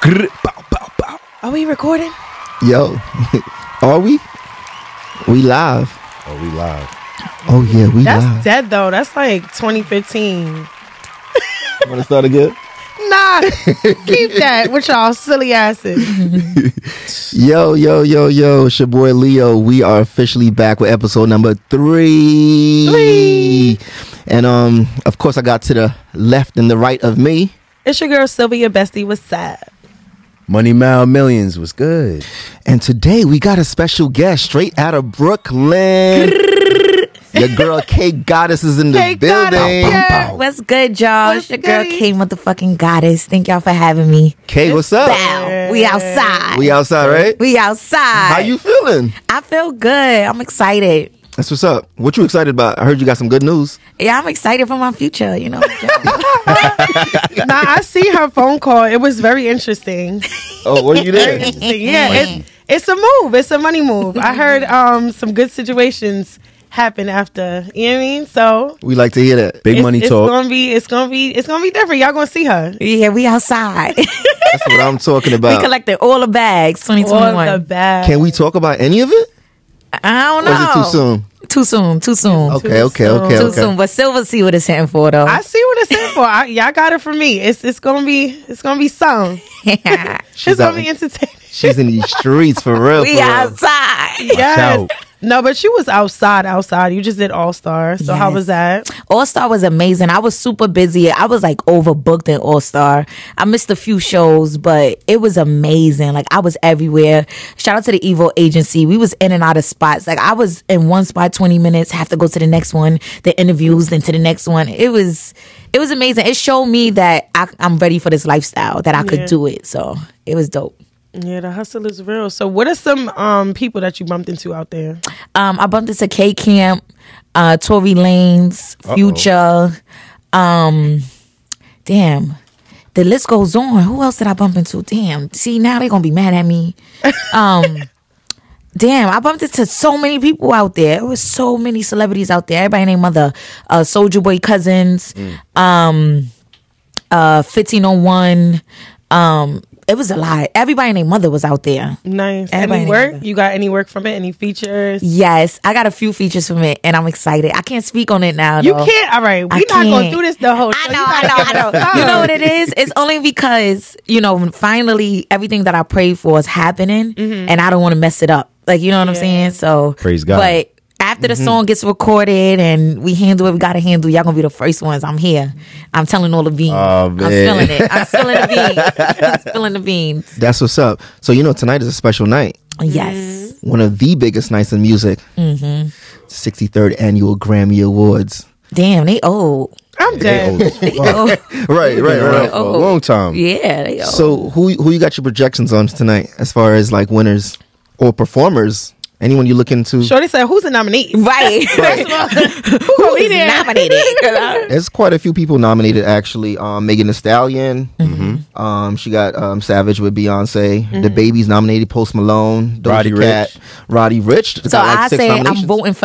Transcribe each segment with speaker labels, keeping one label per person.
Speaker 1: Grr, bow, bow, bow.
Speaker 2: Are we recording?
Speaker 3: Yo, are we? We live.
Speaker 1: Oh, we live.
Speaker 3: Oh yeah, we
Speaker 2: That's
Speaker 3: live.
Speaker 2: dead though. That's like 2015.
Speaker 3: Want to start again?
Speaker 2: Nah, keep that with y'all silly asses.
Speaker 3: Yo, yo, yo, yo! It's your boy Leo. We are officially back with episode number three.
Speaker 2: Three.
Speaker 3: And um, of course, I got to the left and the right of me,
Speaker 2: It's your girl Sylvia Bestie. What's up?
Speaker 1: Money Mile Millions was good.
Speaker 3: and today we got a special guest straight out of Brooklyn. your girl K Goddess is in the
Speaker 2: K Goddess,
Speaker 3: building.
Speaker 2: yeah.
Speaker 4: What's good, y'all?
Speaker 2: What's
Speaker 4: it's your girl,
Speaker 2: goody?
Speaker 4: K motherfucking goddess. Thank y'all for having me.
Speaker 3: K, what's
Speaker 2: Oh,
Speaker 3: up?
Speaker 4: Bow. We outside.
Speaker 3: We outside, right?
Speaker 4: We outside.
Speaker 3: How you feeling?
Speaker 4: I feel good. I'm excited.
Speaker 3: That's what's up. What you excited about? I heard you got some good news.
Speaker 4: Yeah, I'm excited for my future. You know.
Speaker 2: Nah, I see her phone call. It was very interesting.
Speaker 3: Oh, were you there?
Speaker 2: Yeah,
Speaker 1: Mm.
Speaker 2: it's it's a move. It's a money move. I heard um some good situations happen after. You know what I mean? So
Speaker 3: we like to hear that.
Speaker 1: Big
Speaker 2: it's,
Speaker 1: money
Speaker 2: it's
Speaker 1: talk.
Speaker 2: gonna be it's gonna be it's gonna be different. Y'all gonna see her.
Speaker 4: yeah, we outside. we
Speaker 3: That's what I'm talking about.
Speaker 4: collected all the bags.
Speaker 2: All the
Speaker 4: 2021.
Speaker 2: bad.
Speaker 3: Can we talk about any of it?
Speaker 4: I don't
Speaker 3: Or is
Speaker 4: know.
Speaker 3: it too soon?
Speaker 4: Too soon. Too soon.
Speaker 3: Okay, okay,
Speaker 2: soon.
Speaker 3: okay,
Speaker 4: Too
Speaker 3: okay.
Speaker 4: soon. But Silver see what it's hitting for though.
Speaker 2: I see what it's in for. I, y'all got it from me. It's it's gonna be it's gonna be some.
Speaker 3: She's
Speaker 2: it's
Speaker 3: out.
Speaker 2: gonna be entertaining.
Speaker 3: She's in these streets for real.
Speaker 4: we
Speaker 3: for real.
Speaker 4: outside.
Speaker 2: Yes.
Speaker 1: out.
Speaker 2: No, but she was outside, outside. You just did All Star. So how
Speaker 4: Yes.
Speaker 2: was that?
Speaker 4: All Star was amazing. I was super busy. I was like overbooked in All Star. I missed a few shows, but it was amazing. Like I was everywhere. Shout out to the Evo agency. We was in and out of spots. Like I was in one spot 20 minutes, have to go to the next one, the interviews, then to the next one. It was it was amazing. It showed me that I, I'm ready for this lifestyle, that I could
Speaker 2: Yeah.
Speaker 4: do it. So it was dope.
Speaker 2: Yeah, the hustle is real. So what are some um people that you bumped into out there?
Speaker 4: Um, I bumped into K Camp, uh, Tory Lanez, Future. Um, damn, the list goes on. Who else did I bump into? Damn, see now they're gonna be mad at me. Um, damn, I bumped into so many people out there. It was so many celebrities out there. Everybody named Mother, uh, Soldier Boy cousins, um, uh, fifteen oh one. Um, it was a lot. Everybody named Mother was out there.
Speaker 2: Nice.
Speaker 4: Everybody
Speaker 2: any work?
Speaker 4: had that.
Speaker 2: You got any work from it? Any features?
Speaker 4: Yes, I got a few features from it, and I'm excited. I can't speak on it now.
Speaker 2: You
Speaker 4: though.
Speaker 2: can't. All right, we're
Speaker 4: I
Speaker 2: not going
Speaker 4: can't.
Speaker 2: through this the whole.
Speaker 4: I
Speaker 2: show.
Speaker 4: know,
Speaker 2: You
Speaker 4: I
Speaker 2: gotta give
Speaker 4: know,
Speaker 2: us
Speaker 4: I know. You
Speaker 2: time.
Speaker 4: know what it is? It's only because you know, when finally, everything that I prayed for is happening, and I don't want to mess it up. Like you know what I'm
Speaker 2: Yeah.
Speaker 4: saying? So
Speaker 1: Praise God.
Speaker 4: But after the
Speaker 2: Mm-hmm.
Speaker 4: song gets recorded and we handle it, we gotta handle. Y'all gonna be the first ones. I'm here. I'm telling all the beans.
Speaker 1: Oh, man.
Speaker 4: I'm spilling it. I'm spilling the beans. I'm spilling the beans.
Speaker 3: That's what's up. So you know tonight is a special night.
Speaker 4: Yes.
Speaker 3: One of the biggest nights in music. Mm-hmm. 63rd annual Grammy Awards.
Speaker 4: Damn, they old.
Speaker 2: I'm dead.
Speaker 4: Oh,
Speaker 3: Right, right, right.
Speaker 1: For a long time.
Speaker 4: yeah, they old.
Speaker 3: So who who you got your projections on tonight as far as like winners or performers? Anyone you looking to?
Speaker 2: Shorty said, "Who's the nominee?"
Speaker 4: right.
Speaker 2: Who gonna be
Speaker 4: Who's
Speaker 2: there?
Speaker 4: nominated?
Speaker 3: There's quite a few people nominated actually. Um, Megan Thee Stallion.
Speaker 1: Mm-hmm.
Speaker 3: Um, she got um, Savage with Beyonce. The
Speaker 4: Mm-hmm.
Speaker 3: Baby's nominated. Post Malone. Doja
Speaker 1: Roddy
Speaker 3: Cat,
Speaker 1: Ricch.
Speaker 3: Roddy Rich.
Speaker 4: So I say I'm voting for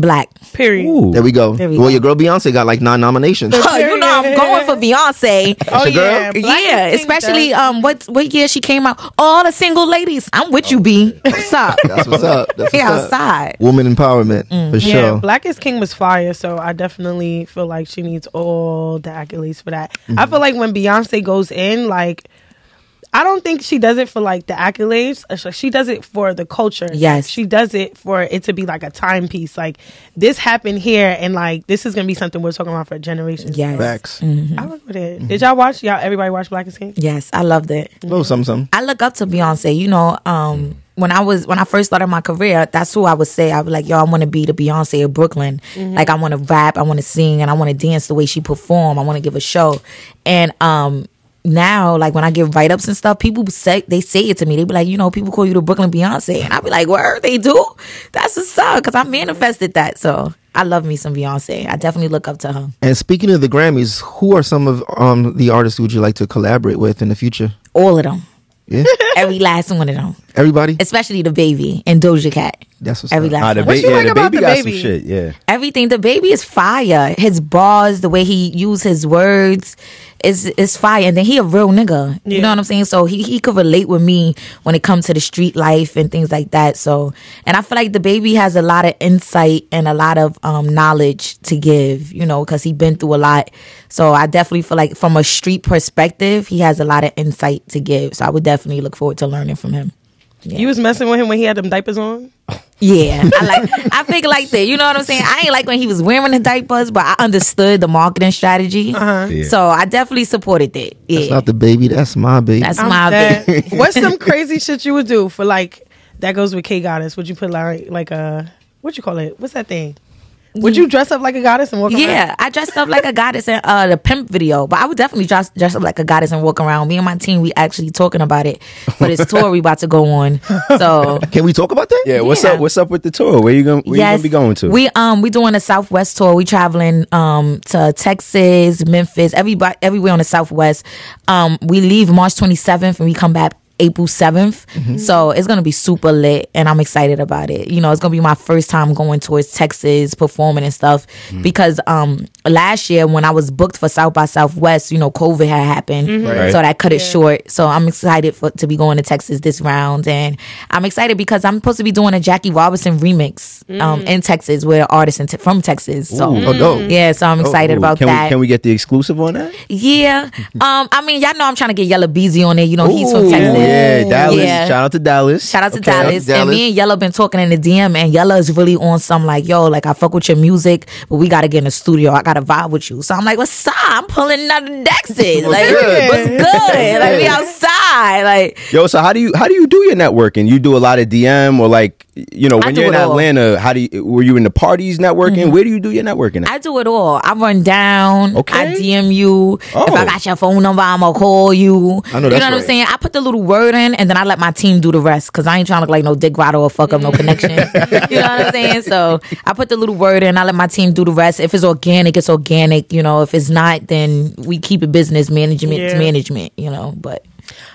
Speaker 4: black.
Speaker 2: Period.
Speaker 1: Ooh.
Speaker 3: There we go.
Speaker 4: There we
Speaker 3: well,
Speaker 4: go.
Speaker 3: your girl Beyonce got like nine nominations.
Speaker 4: you know I'm going for Beyonce.
Speaker 2: Oh
Speaker 3: your girl?
Speaker 2: yeah, Black
Speaker 4: yeah,
Speaker 2: Pink
Speaker 4: especially
Speaker 2: does.
Speaker 4: um, what what year she came out? All the single ladies. I'm with you, B. What's up?
Speaker 3: That's what's up. That's what's
Speaker 4: We
Speaker 3: up.
Speaker 4: outside.
Speaker 3: Woman empowerment
Speaker 4: Mm.
Speaker 3: for sure.
Speaker 2: Yeah, Black is King was fire, so I definitely feel like she needs all the accolades for that. I feel like when Beyonce goes in, like I don't think she does it for like the accolades. Uh, She does it for the culture.
Speaker 4: Yes.
Speaker 2: she does it for it to be like a timepiece. Like this happened here, and like this is gonna be something we're talking about for generations.
Speaker 4: Yes, Mm-hmm.
Speaker 3: Facts.
Speaker 2: I rock with it. Did y'all watch? Y'all everybody watch Black is King?
Speaker 4: yes, I loved it.
Speaker 3: Little something, something.
Speaker 4: I look up to Beyonce. You know, um, when I was when I first started my career, that's who I would say. I was like, yo, I want to be the Beyonce of Brooklyn. Like, I want to rap, I want to sing, and I want to dance the way she perform. I want to give a show, and um. Now, like when I give write ups and stuff, people say they say it to me. They be like, you know, people call you the Brooklyn Beyonce, and I be like, where they do? That's what's up, cause I manifested that. So I love me some Beyonce. I definitely look up to her.
Speaker 3: And speaking of the Grammys, who are some of um the artists who would you like to collaborate with in the future?
Speaker 4: All of them,
Speaker 3: Yeah,
Speaker 4: every last one of them,
Speaker 3: everybody.
Speaker 4: especially the baby and Doja Cat.
Speaker 3: That's what's
Speaker 4: Every
Speaker 3: up.
Speaker 4: last
Speaker 1: Ah, the
Speaker 4: one.
Speaker 1: ba-
Speaker 2: you
Speaker 1: yeah,
Speaker 2: like
Speaker 1: the
Speaker 2: about
Speaker 1: baby
Speaker 2: the
Speaker 1: got
Speaker 2: baby?
Speaker 1: some shit. Yeah.
Speaker 4: everything. The baby is fire. His bars, the way he use his words, is is fire. And then he a real nigga. You
Speaker 2: Yeah.
Speaker 4: know what I'm saying? So he he could relate with me when it comes to the street life and things like that. So and I feel like the baby has a lot of insight and a lot of um, knowledge to give. You know, because he been through a lot. So I definitely feel like from a street perspective, he has a lot of insight to give. So I would definitely look forward to learning from him.
Speaker 2: You was messing with him when he had them diapers on.
Speaker 4: Yeah, I like. I think like that. You know what I'm saying? I ain't like when he was wearing the diapers, but I understood the marketing strategy.
Speaker 1: Yeah.
Speaker 4: So I definitely supported that.
Speaker 3: It's
Speaker 4: Yeah,
Speaker 3: not the baby. That's my baby.
Speaker 4: that's
Speaker 2: I'm
Speaker 4: my
Speaker 2: dead.
Speaker 4: big.
Speaker 2: What's some crazy shit you would do for like that goes with K goddess? Would you put like like a what you call it? What's that thing? Would you dress up like a goddess and walk?
Speaker 4: Yeah, I dressed up like a goddess in uh, the pimp video, but I would definitely dress, dress up like a goddess and walk around. Me and my team, we actually talking about it for this tour we about to go on. So
Speaker 3: Can we talk about that?
Speaker 1: Yeah. What's
Speaker 4: Yeah.
Speaker 1: up? What's up with the tour? Where you gonna Where you gonna be going to?
Speaker 4: We um we doing a Southwest tour. We traveling um to Texas, Memphis, everybody everywhere on the Southwest. Um we leave March 27th and we come back April 7th.
Speaker 1: Mm-hmm.
Speaker 4: So it's going to be super lit and I'm excited about it. You know, it's going to be my first time going towards Texas performing and stuff
Speaker 1: Mm.
Speaker 4: because um last year when I was booked for South by Southwest, you know, COVID had happened.
Speaker 1: Right.
Speaker 4: So that cut it short. So I'm excited for to be going to Texas this round, and I'm excited because I'm supposed to be doing a Jackie Robinson remix um, in Texas with an artist in te- from Texas. So
Speaker 3: Oh, dope.
Speaker 4: yeah, so I'm excited
Speaker 1: Ooh,
Speaker 4: about
Speaker 1: can
Speaker 4: that.
Speaker 1: We, can we get the exclusive on that?
Speaker 4: yeah, um, I mean y'all know I'm trying to get Yellow Beezy on there. You know he's
Speaker 1: Ooh,
Speaker 4: from Texas.
Speaker 1: Yeah, Dallas.
Speaker 4: Yeah.
Speaker 1: Shout out to Dallas.
Speaker 4: Shout out to
Speaker 1: Okay.
Speaker 4: Dallas.
Speaker 3: Dallas.
Speaker 4: And me and Yella been talking in the DM, and Yella is really on some like, yo, like I fuck with your music, but we gotta get in the studio. I gotta vibe with you. So I'm like, what's up? I'm pulling out the Dexys. Like,
Speaker 3: good?
Speaker 4: what's good? Like, we outside. Like,
Speaker 1: Yo, so how do you how do you do your networking? You do a lot of DM or like you know
Speaker 4: I
Speaker 1: when
Speaker 4: do
Speaker 1: you're in
Speaker 4: it all. Mm-hmm.
Speaker 1: Atlanta, how do you were you in the parties networking? Where do you do your networking? At?
Speaker 4: I do it all. I run down.
Speaker 1: Okay.
Speaker 4: I DM you. If
Speaker 1: Oh.
Speaker 4: I got your phone number, I'm gonna call you.
Speaker 3: I know
Speaker 4: you know
Speaker 3: that's
Speaker 4: what I'm
Speaker 3: right.
Speaker 4: saying? I put the little word in, and then I let my team do the rest because I ain't trying to look like no dick rider or fuck up
Speaker 3: Mm.
Speaker 4: no connection. you know what I'm saying? So I put the little word in. I let my team do the rest. If it's organic, it's organic. You know, if it's not, then we keep it business management.
Speaker 2: Yeah.
Speaker 4: to management. You know, but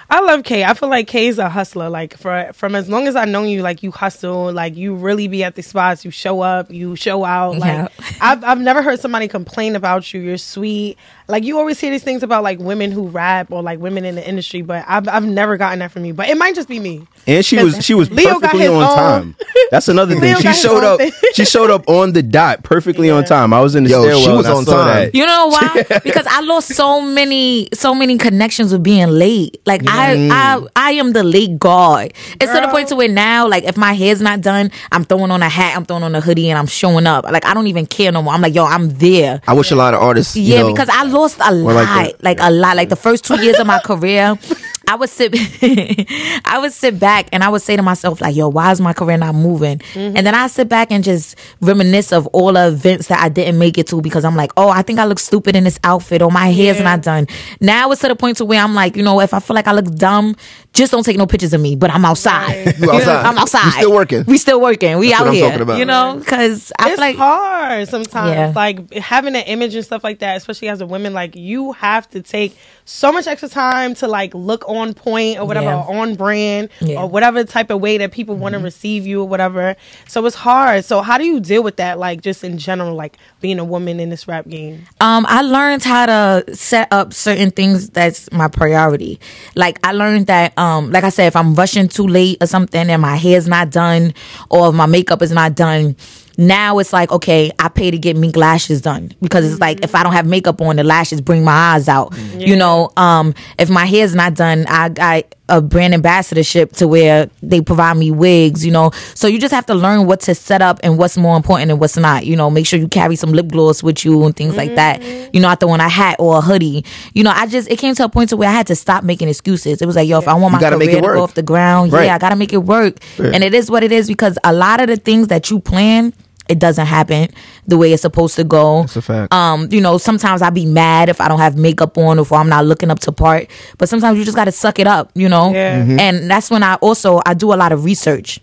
Speaker 2: I love Kay. I feel like Kay's a hustler. Like for from as long as I've known you, like you hustle, like you really be at the spots. You show up, you show out. Like
Speaker 4: Yeah.
Speaker 2: I've I've never heard somebody complain about you. You're sweet. Like you always hear these things about like women who rap or like women in the industry, but I've I've never gotten that from you. But it might just be me.
Speaker 1: And she was she was
Speaker 2: Leo got
Speaker 1: perfectly
Speaker 2: his
Speaker 1: on
Speaker 2: own-
Speaker 1: time. That's another thing.
Speaker 2: Leo
Speaker 1: She
Speaker 2: got his
Speaker 1: showed
Speaker 2: own
Speaker 1: up.
Speaker 2: thing.
Speaker 1: She showed up on the dot, perfectly on time. I was in the
Speaker 3: Yo, she
Speaker 1: stairwell.
Speaker 3: was
Speaker 1: and I
Speaker 3: on
Speaker 1: saw
Speaker 3: time.
Speaker 1: that.
Speaker 4: You know why? because I lost so many, so many connections with being late. Like I, I, I am the late guard. It's to the point to where now, like if my hair's not done, I'm throwing on a hat, I'm throwing on a hoodie, and I'm showing up. Like I don't even care no more. I'm like, yo, I'm there.
Speaker 3: I wish a lot of artists. you
Speaker 4: Yeah,
Speaker 3: know,
Speaker 4: because I lost a lot,
Speaker 3: like
Speaker 4: like,
Speaker 3: that.
Speaker 4: a lot. Like the first two years of my career, I would sit, I would sit back and I would say to myself, like, "Yo, why is my career not moving?" And then I sit back and just reminisce of all the events that I didn't make it to because I'm like, "Oh, I think I look stupid in this outfit, or my hair's not done." Now it's to the point to where I'm like, you know, if I feel like I look dumb, just don't take no pictures of me. But I'm outside.
Speaker 3: You
Speaker 4: know,
Speaker 3: outside.
Speaker 4: I'm outside.
Speaker 3: You still working.
Speaker 4: We still working. We
Speaker 3: That's
Speaker 4: out
Speaker 3: what I'm
Speaker 4: here.
Speaker 3: talking about.
Speaker 4: You know, because I
Speaker 2: it's
Speaker 4: feel like
Speaker 2: hard sometimes.
Speaker 4: Yeah.
Speaker 2: Like having an image and stuff like that, especially as a woman, like you have to take so much extra time to like look on point or whatever,
Speaker 4: Yeah.
Speaker 2: or on brand
Speaker 4: Yeah. Mm-hmm.
Speaker 2: or whatever type of way that people want to receive you or whatever. So it's hard. So how do you deal with that? Like just in general, like being a woman in this rap game.
Speaker 4: Um, I learned how to set up certain things that's my priority. Like I learned that, um, like I said, if I'm rushing too late or something, and my hair's not done, or if my makeup is not done, now it's like okay, I pay to get mink lashes done because it's like if I don't have makeup on, the lashes bring my eyes out. You know, um, if my hair's not done, I got a brand ambassadorship to where they provide me wigs. You know, so you just have to learn what to set up and what's more important and what's not. You know, make sure you carry some lip gloss with you and things like that. You know, I throw on a hat or a hoodie. You know, I just it came to a point to where I had to stop making excuses. It was like, yo, if I want my
Speaker 3: gotta
Speaker 4: career
Speaker 3: make it
Speaker 4: to
Speaker 3: work.
Speaker 4: go off the ground,
Speaker 3: Right.
Speaker 4: yeah, I gotta make it work. And it is what it is because a lot of the things that you plan. It doesn't happen the way it's supposed to go.
Speaker 3: That's a fact.
Speaker 4: Um, you know, sometimes I be mad if I don't have makeup on or if I'm not looking up to part. But sometimes you just gotta suck it up, you know.
Speaker 2: Yeah.
Speaker 4: And that's when I also I do a lot of research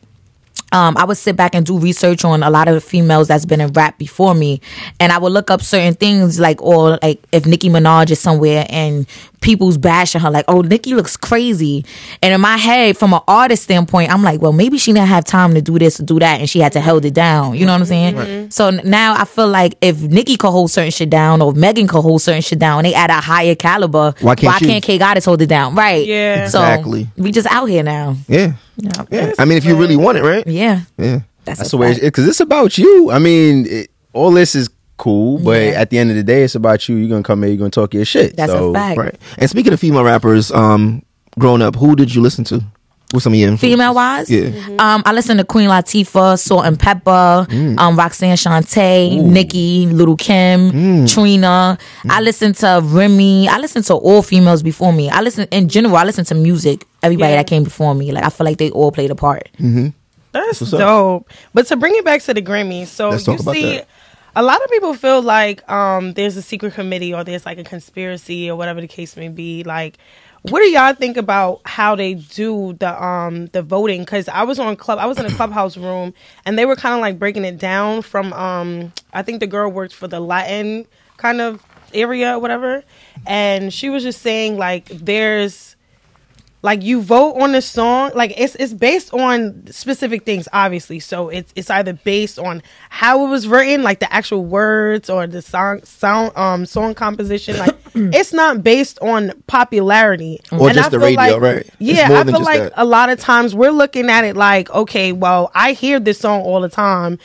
Speaker 4: um, I would sit back and do research on a lot of the females that's been in rap before me, and I would look up certain things like, or like if Nicki Minaj is somewhere and people's bashing her like, "Oh, Nikki looks crazy," and in my head, from an artist standpoint, I'm like, "Well, maybe she didn't have time to do this or do that, and she had to held it down." You know what I'm saying? So n- now I feel like if Nikki could hold certain shit down, or Megan could hold certain shit down, and they at a higher caliber.
Speaker 3: Why can't
Speaker 4: why
Speaker 3: you?
Speaker 4: can't K Goddess hold it down? Right?
Speaker 2: Yeah.
Speaker 4: So
Speaker 3: Exactly.
Speaker 4: we just out here now.
Speaker 3: Yeah.
Speaker 4: Yeah.
Speaker 3: Yeah. I mean, if you really want it, right?
Speaker 4: Yeah.
Speaker 3: Yeah.
Speaker 1: That's the way it because it's about you. I mean, it, all this is cool, but
Speaker 4: Yeah.
Speaker 1: at the end of the day, it's about you. You're gonna come here. You're gonna talk your shit.
Speaker 4: That's a
Speaker 1: So,
Speaker 4: fact.
Speaker 3: Right. And speaking of female rappers, um, growing up, who did you listen to? Who's some of your influences?
Speaker 4: female wise.
Speaker 3: Yeah.
Speaker 2: Mm-hmm.
Speaker 4: Um, I listen to Queen Latifah, Salt and Pepper,
Speaker 3: Mm.
Speaker 4: um, Roxanne Shante, Nicki, Little Kim,
Speaker 3: Mm.
Speaker 4: Trina. I listen to Remy. I listen to all females before me. I listen in general. I listen to music. Everybody
Speaker 2: Yeah.
Speaker 4: that came before me, like I feel like they all played a part.
Speaker 3: Mm.
Speaker 2: That's dope. But to bring it back to the Grammys, so
Speaker 3: Let's
Speaker 2: you
Speaker 3: talk about
Speaker 2: see,
Speaker 3: that.
Speaker 2: a lot of people feel like um, there's a secret committee or there's like a conspiracy or whatever the case may be. Like, what do y'all think about how they do the um the voting? Because I was on club, I was in a clubhouse room, and they were kind of like breaking it down from um I think the girl worked for the Latin kind of area or whatever, and she was just saying like there's like you vote on the song like it's it's based on specific things obviously so it's it's either based on how it was written like the actual words or the song sound um song composition like it's not based on popularity
Speaker 3: Or just the
Speaker 2: feel
Speaker 3: radio,
Speaker 2: like-
Speaker 3: right? It's
Speaker 2: yeah
Speaker 3: more
Speaker 2: i
Speaker 3: than
Speaker 2: feel
Speaker 3: just
Speaker 2: like
Speaker 3: that.
Speaker 2: a lot of times we're looking at it like okay well i hear this song all the time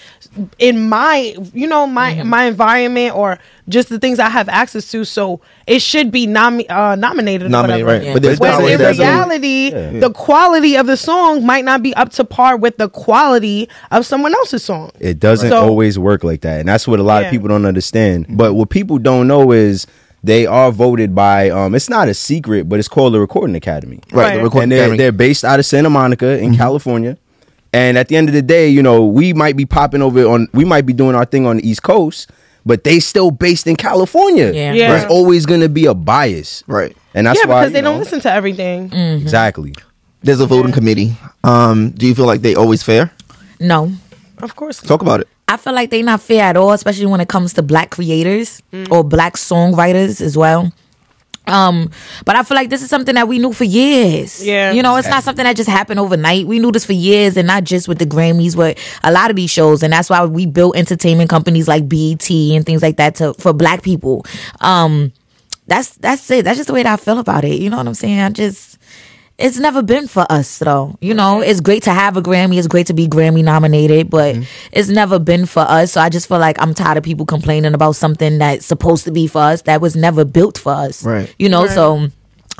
Speaker 2: in my you know my
Speaker 4: Mm-hmm.
Speaker 2: my environment or just the things i have access to so it should be nomi- uh, nominated or
Speaker 3: Nominated,
Speaker 2: whatever.
Speaker 3: right? But there's
Speaker 2: When
Speaker 3: always
Speaker 2: in
Speaker 3: that-
Speaker 2: reality, the quality of the song might not be up to par with the quality of someone else's song.
Speaker 1: It doesn't
Speaker 2: So-
Speaker 1: always work like that, and that's what a lot
Speaker 2: Yeah.
Speaker 1: of people don't understand. But what people don't know is they are voted by. Um, it's not a secret, but it's called the Recording Academy.
Speaker 3: Right.
Speaker 2: Right.
Speaker 3: The recording
Speaker 1: and they're,
Speaker 3: Academy.
Speaker 1: they're based out of Santa Monica in California. And at the end of the day, you know, we might be popping over on, we might be doing our thing on the East Coast, but they still based in California.
Speaker 4: Yeah.
Speaker 2: Yeah.
Speaker 1: There's always going to be a bias.
Speaker 3: Right.
Speaker 1: And that's
Speaker 2: yeah,
Speaker 1: why.
Speaker 2: because they
Speaker 1: you
Speaker 2: don't
Speaker 1: know,
Speaker 2: listen to everything.
Speaker 4: Mm. Mm-hmm.
Speaker 1: Exactly.
Speaker 3: There's a voting committee. Um, do you feel like they always fair?
Speaker 4: No,
Speaker 2: Of course.
Speaker 3: Talk about it.
Speaker 4: I feel like they not fair at all, especially when it comes to black creators
Speaker 2: Mm.
Speaker 4: or black songwriters as well. Um, but I feel like this is something that we knew for years.
Speaker 2: Yeah.
Speaker 4: you know, it's not something that just happened overnight. We knew this for years, and not just with the Grammys, but a lot of these shows, and that's why we built entertainment companies like BET and things like that to for black people. Um, that's that's it. That's just the way that I feel about it. You know what I'm saying? I just it's never been for us though. You know, it's great to have a Grammy, it's great to be Grammy nominated, but it's never been for us. So I just feel like I'm tired of people complaining about something that's supposed to be for us that was never built for us.
Speaker 3: Right.
Speaker 4: You know, so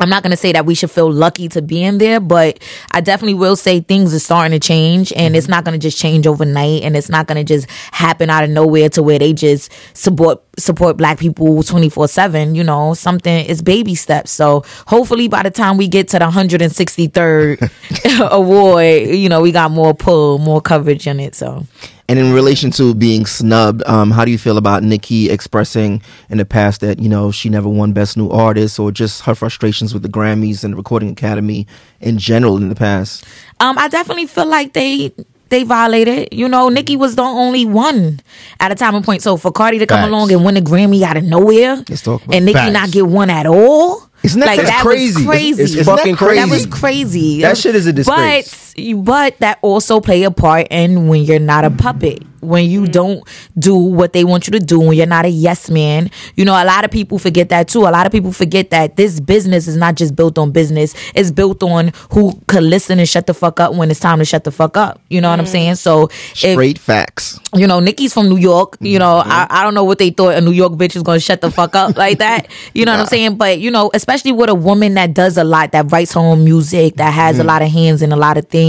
Speaker 4: I'm not gonna say that we should feel lucky to be in there, but I definitely will say things are starting to change and it's not gonna just change overnight and it's not gonna just happen out of nowhere to where they just support support black people twenty four seven, you know, something is baby steps. So hopefully by the time we get to the hundred and sixty third award, you know, we got more pull, more coverage in it. So
Speaker 3: And in relation to being snubbed, um, how do you feel about Nikki expressing in the past that, you know, she never won Best New Artist or just her frustrations with the Grammys and the Recording Academy in general in the past?
Speaker 4: Um, I definitely feel like they they violated. You know, Nikki was the only one at a time and point. So for Cardi to come
Speaker 1: Facts.
Speaker 4: along and win a Grammy out of nowhere,
Speaker 3: Let's talk about
Speaker 4: and Nikki
Speaker 1: Facts.
Speaker 4: not get one at all.
Speaker 1: Isn't that
Speaker 4: like,
Speaker 1: crazy?
Speaker 4: that
Speaker 1: It's-
Speaker 4: Was crazy.
Speaker 1: it's Isn't that fucking crazy?
Speaker 4: That was crazy.
Speaker 1: That shit is a disgrace.
Speaker 4: But, but that also play a part in when you're not a puppet, when you don't do what they want you to do, when you're not a yes man. You know, a lot of people forget that too. A lot of people forget that this business is not just built on business, it's built on who could listen and shut the fuck up when it's time to shut the fuck up. You know what I'm saying? So if
Speaker 3: Straight facts.
Speaker 4: you know, Nikki's from New York.
Speaker 3: Mm-hmm.
Speaker 4: You know, I, I don't know what they thought a New York bitch was gonna shut the fuck up like that. You know what I'm saying? But you know, especially with a woman that does a lot, that writes her own music, that has
Speaker 3: Mm-hmm.
Speaker 4: a lot of hands in a lot of things.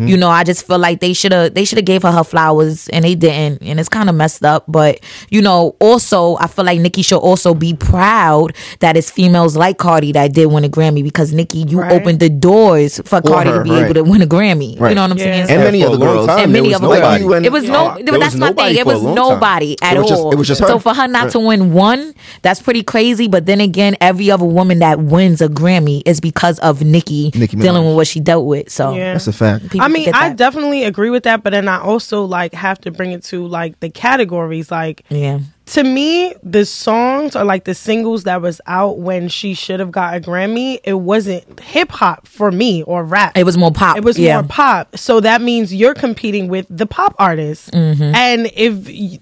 Speaker 4: You know, I just feel like they should have they should have gave her her flowers and they didn't, and it's kind of messed up. But you know, also I feel like Nikki should also be proud that it's females like Cardi that did win a Grammy because Nikki, you
Speaker 2: Right.
Speaker 4: opened the doors for Cardi
Speaker 3: her,
Speaker 4: to be
Speaker 3: right.
Speaker 4: able to win a Grammy. You
Speaker 3: Right.
Speaker 4: know what I'm
Speaker 2: Yeah.
Speaker 4: saying?
Speaker 2: And
Speaker 4: So-
Speaker 3: And many
Speaker 1: for a
Speaker 3: other
Speaker 1: long
Speaker 3: girls.
Speaker 1: time,
Speaker 4: and many
Speaker 1: there
Speaker 4: of
Speaker 1: was
Speaker 4: them.
Speaker 1: nobody.
Speaker 4: It was no.
Speaker 1: There was
Speaker 4: that's my
Speaker 1: nobody
Speaker 4: thing. It
Speaker 1: for a
Speaker 4: was
Speaker 1: long
Speaker 4: nobody at
Speaker 3: It was just-
Speaker 4: all.
Speaker 3: it was just her.
Speaker 4: So for her not to win one, that's pretty crazy. But then again, every other woman that wins a Grammy is because of Nicki,
Speaker 3: Nicki Minaj.
Speaker 4: dealing with what she dealt with. So
Speaker 2: Yeah.
Speaker 3: That's a fact.
Speaker 4: people
Speaker 2: I mean,
Speaker 4: forget
Speaker 2: I
Speaker 4: that.
Speaker 2: definitely agree with that, but then I also like have to bring it to like the categories. Like
Speaker 4: yeah.
Speaker 2: to me, the songs or like the singles that was out when she should have got a Grammy, it wasn't hip hop for me or rap.
Speaker 4: It was more pop.
Speaker 2: It was
Speaker 4: yeah.
Speaker 2: more pop. So that means you're competing with the pop artists.
Speaker 4: Mm-hmm.
Speaker 2: And if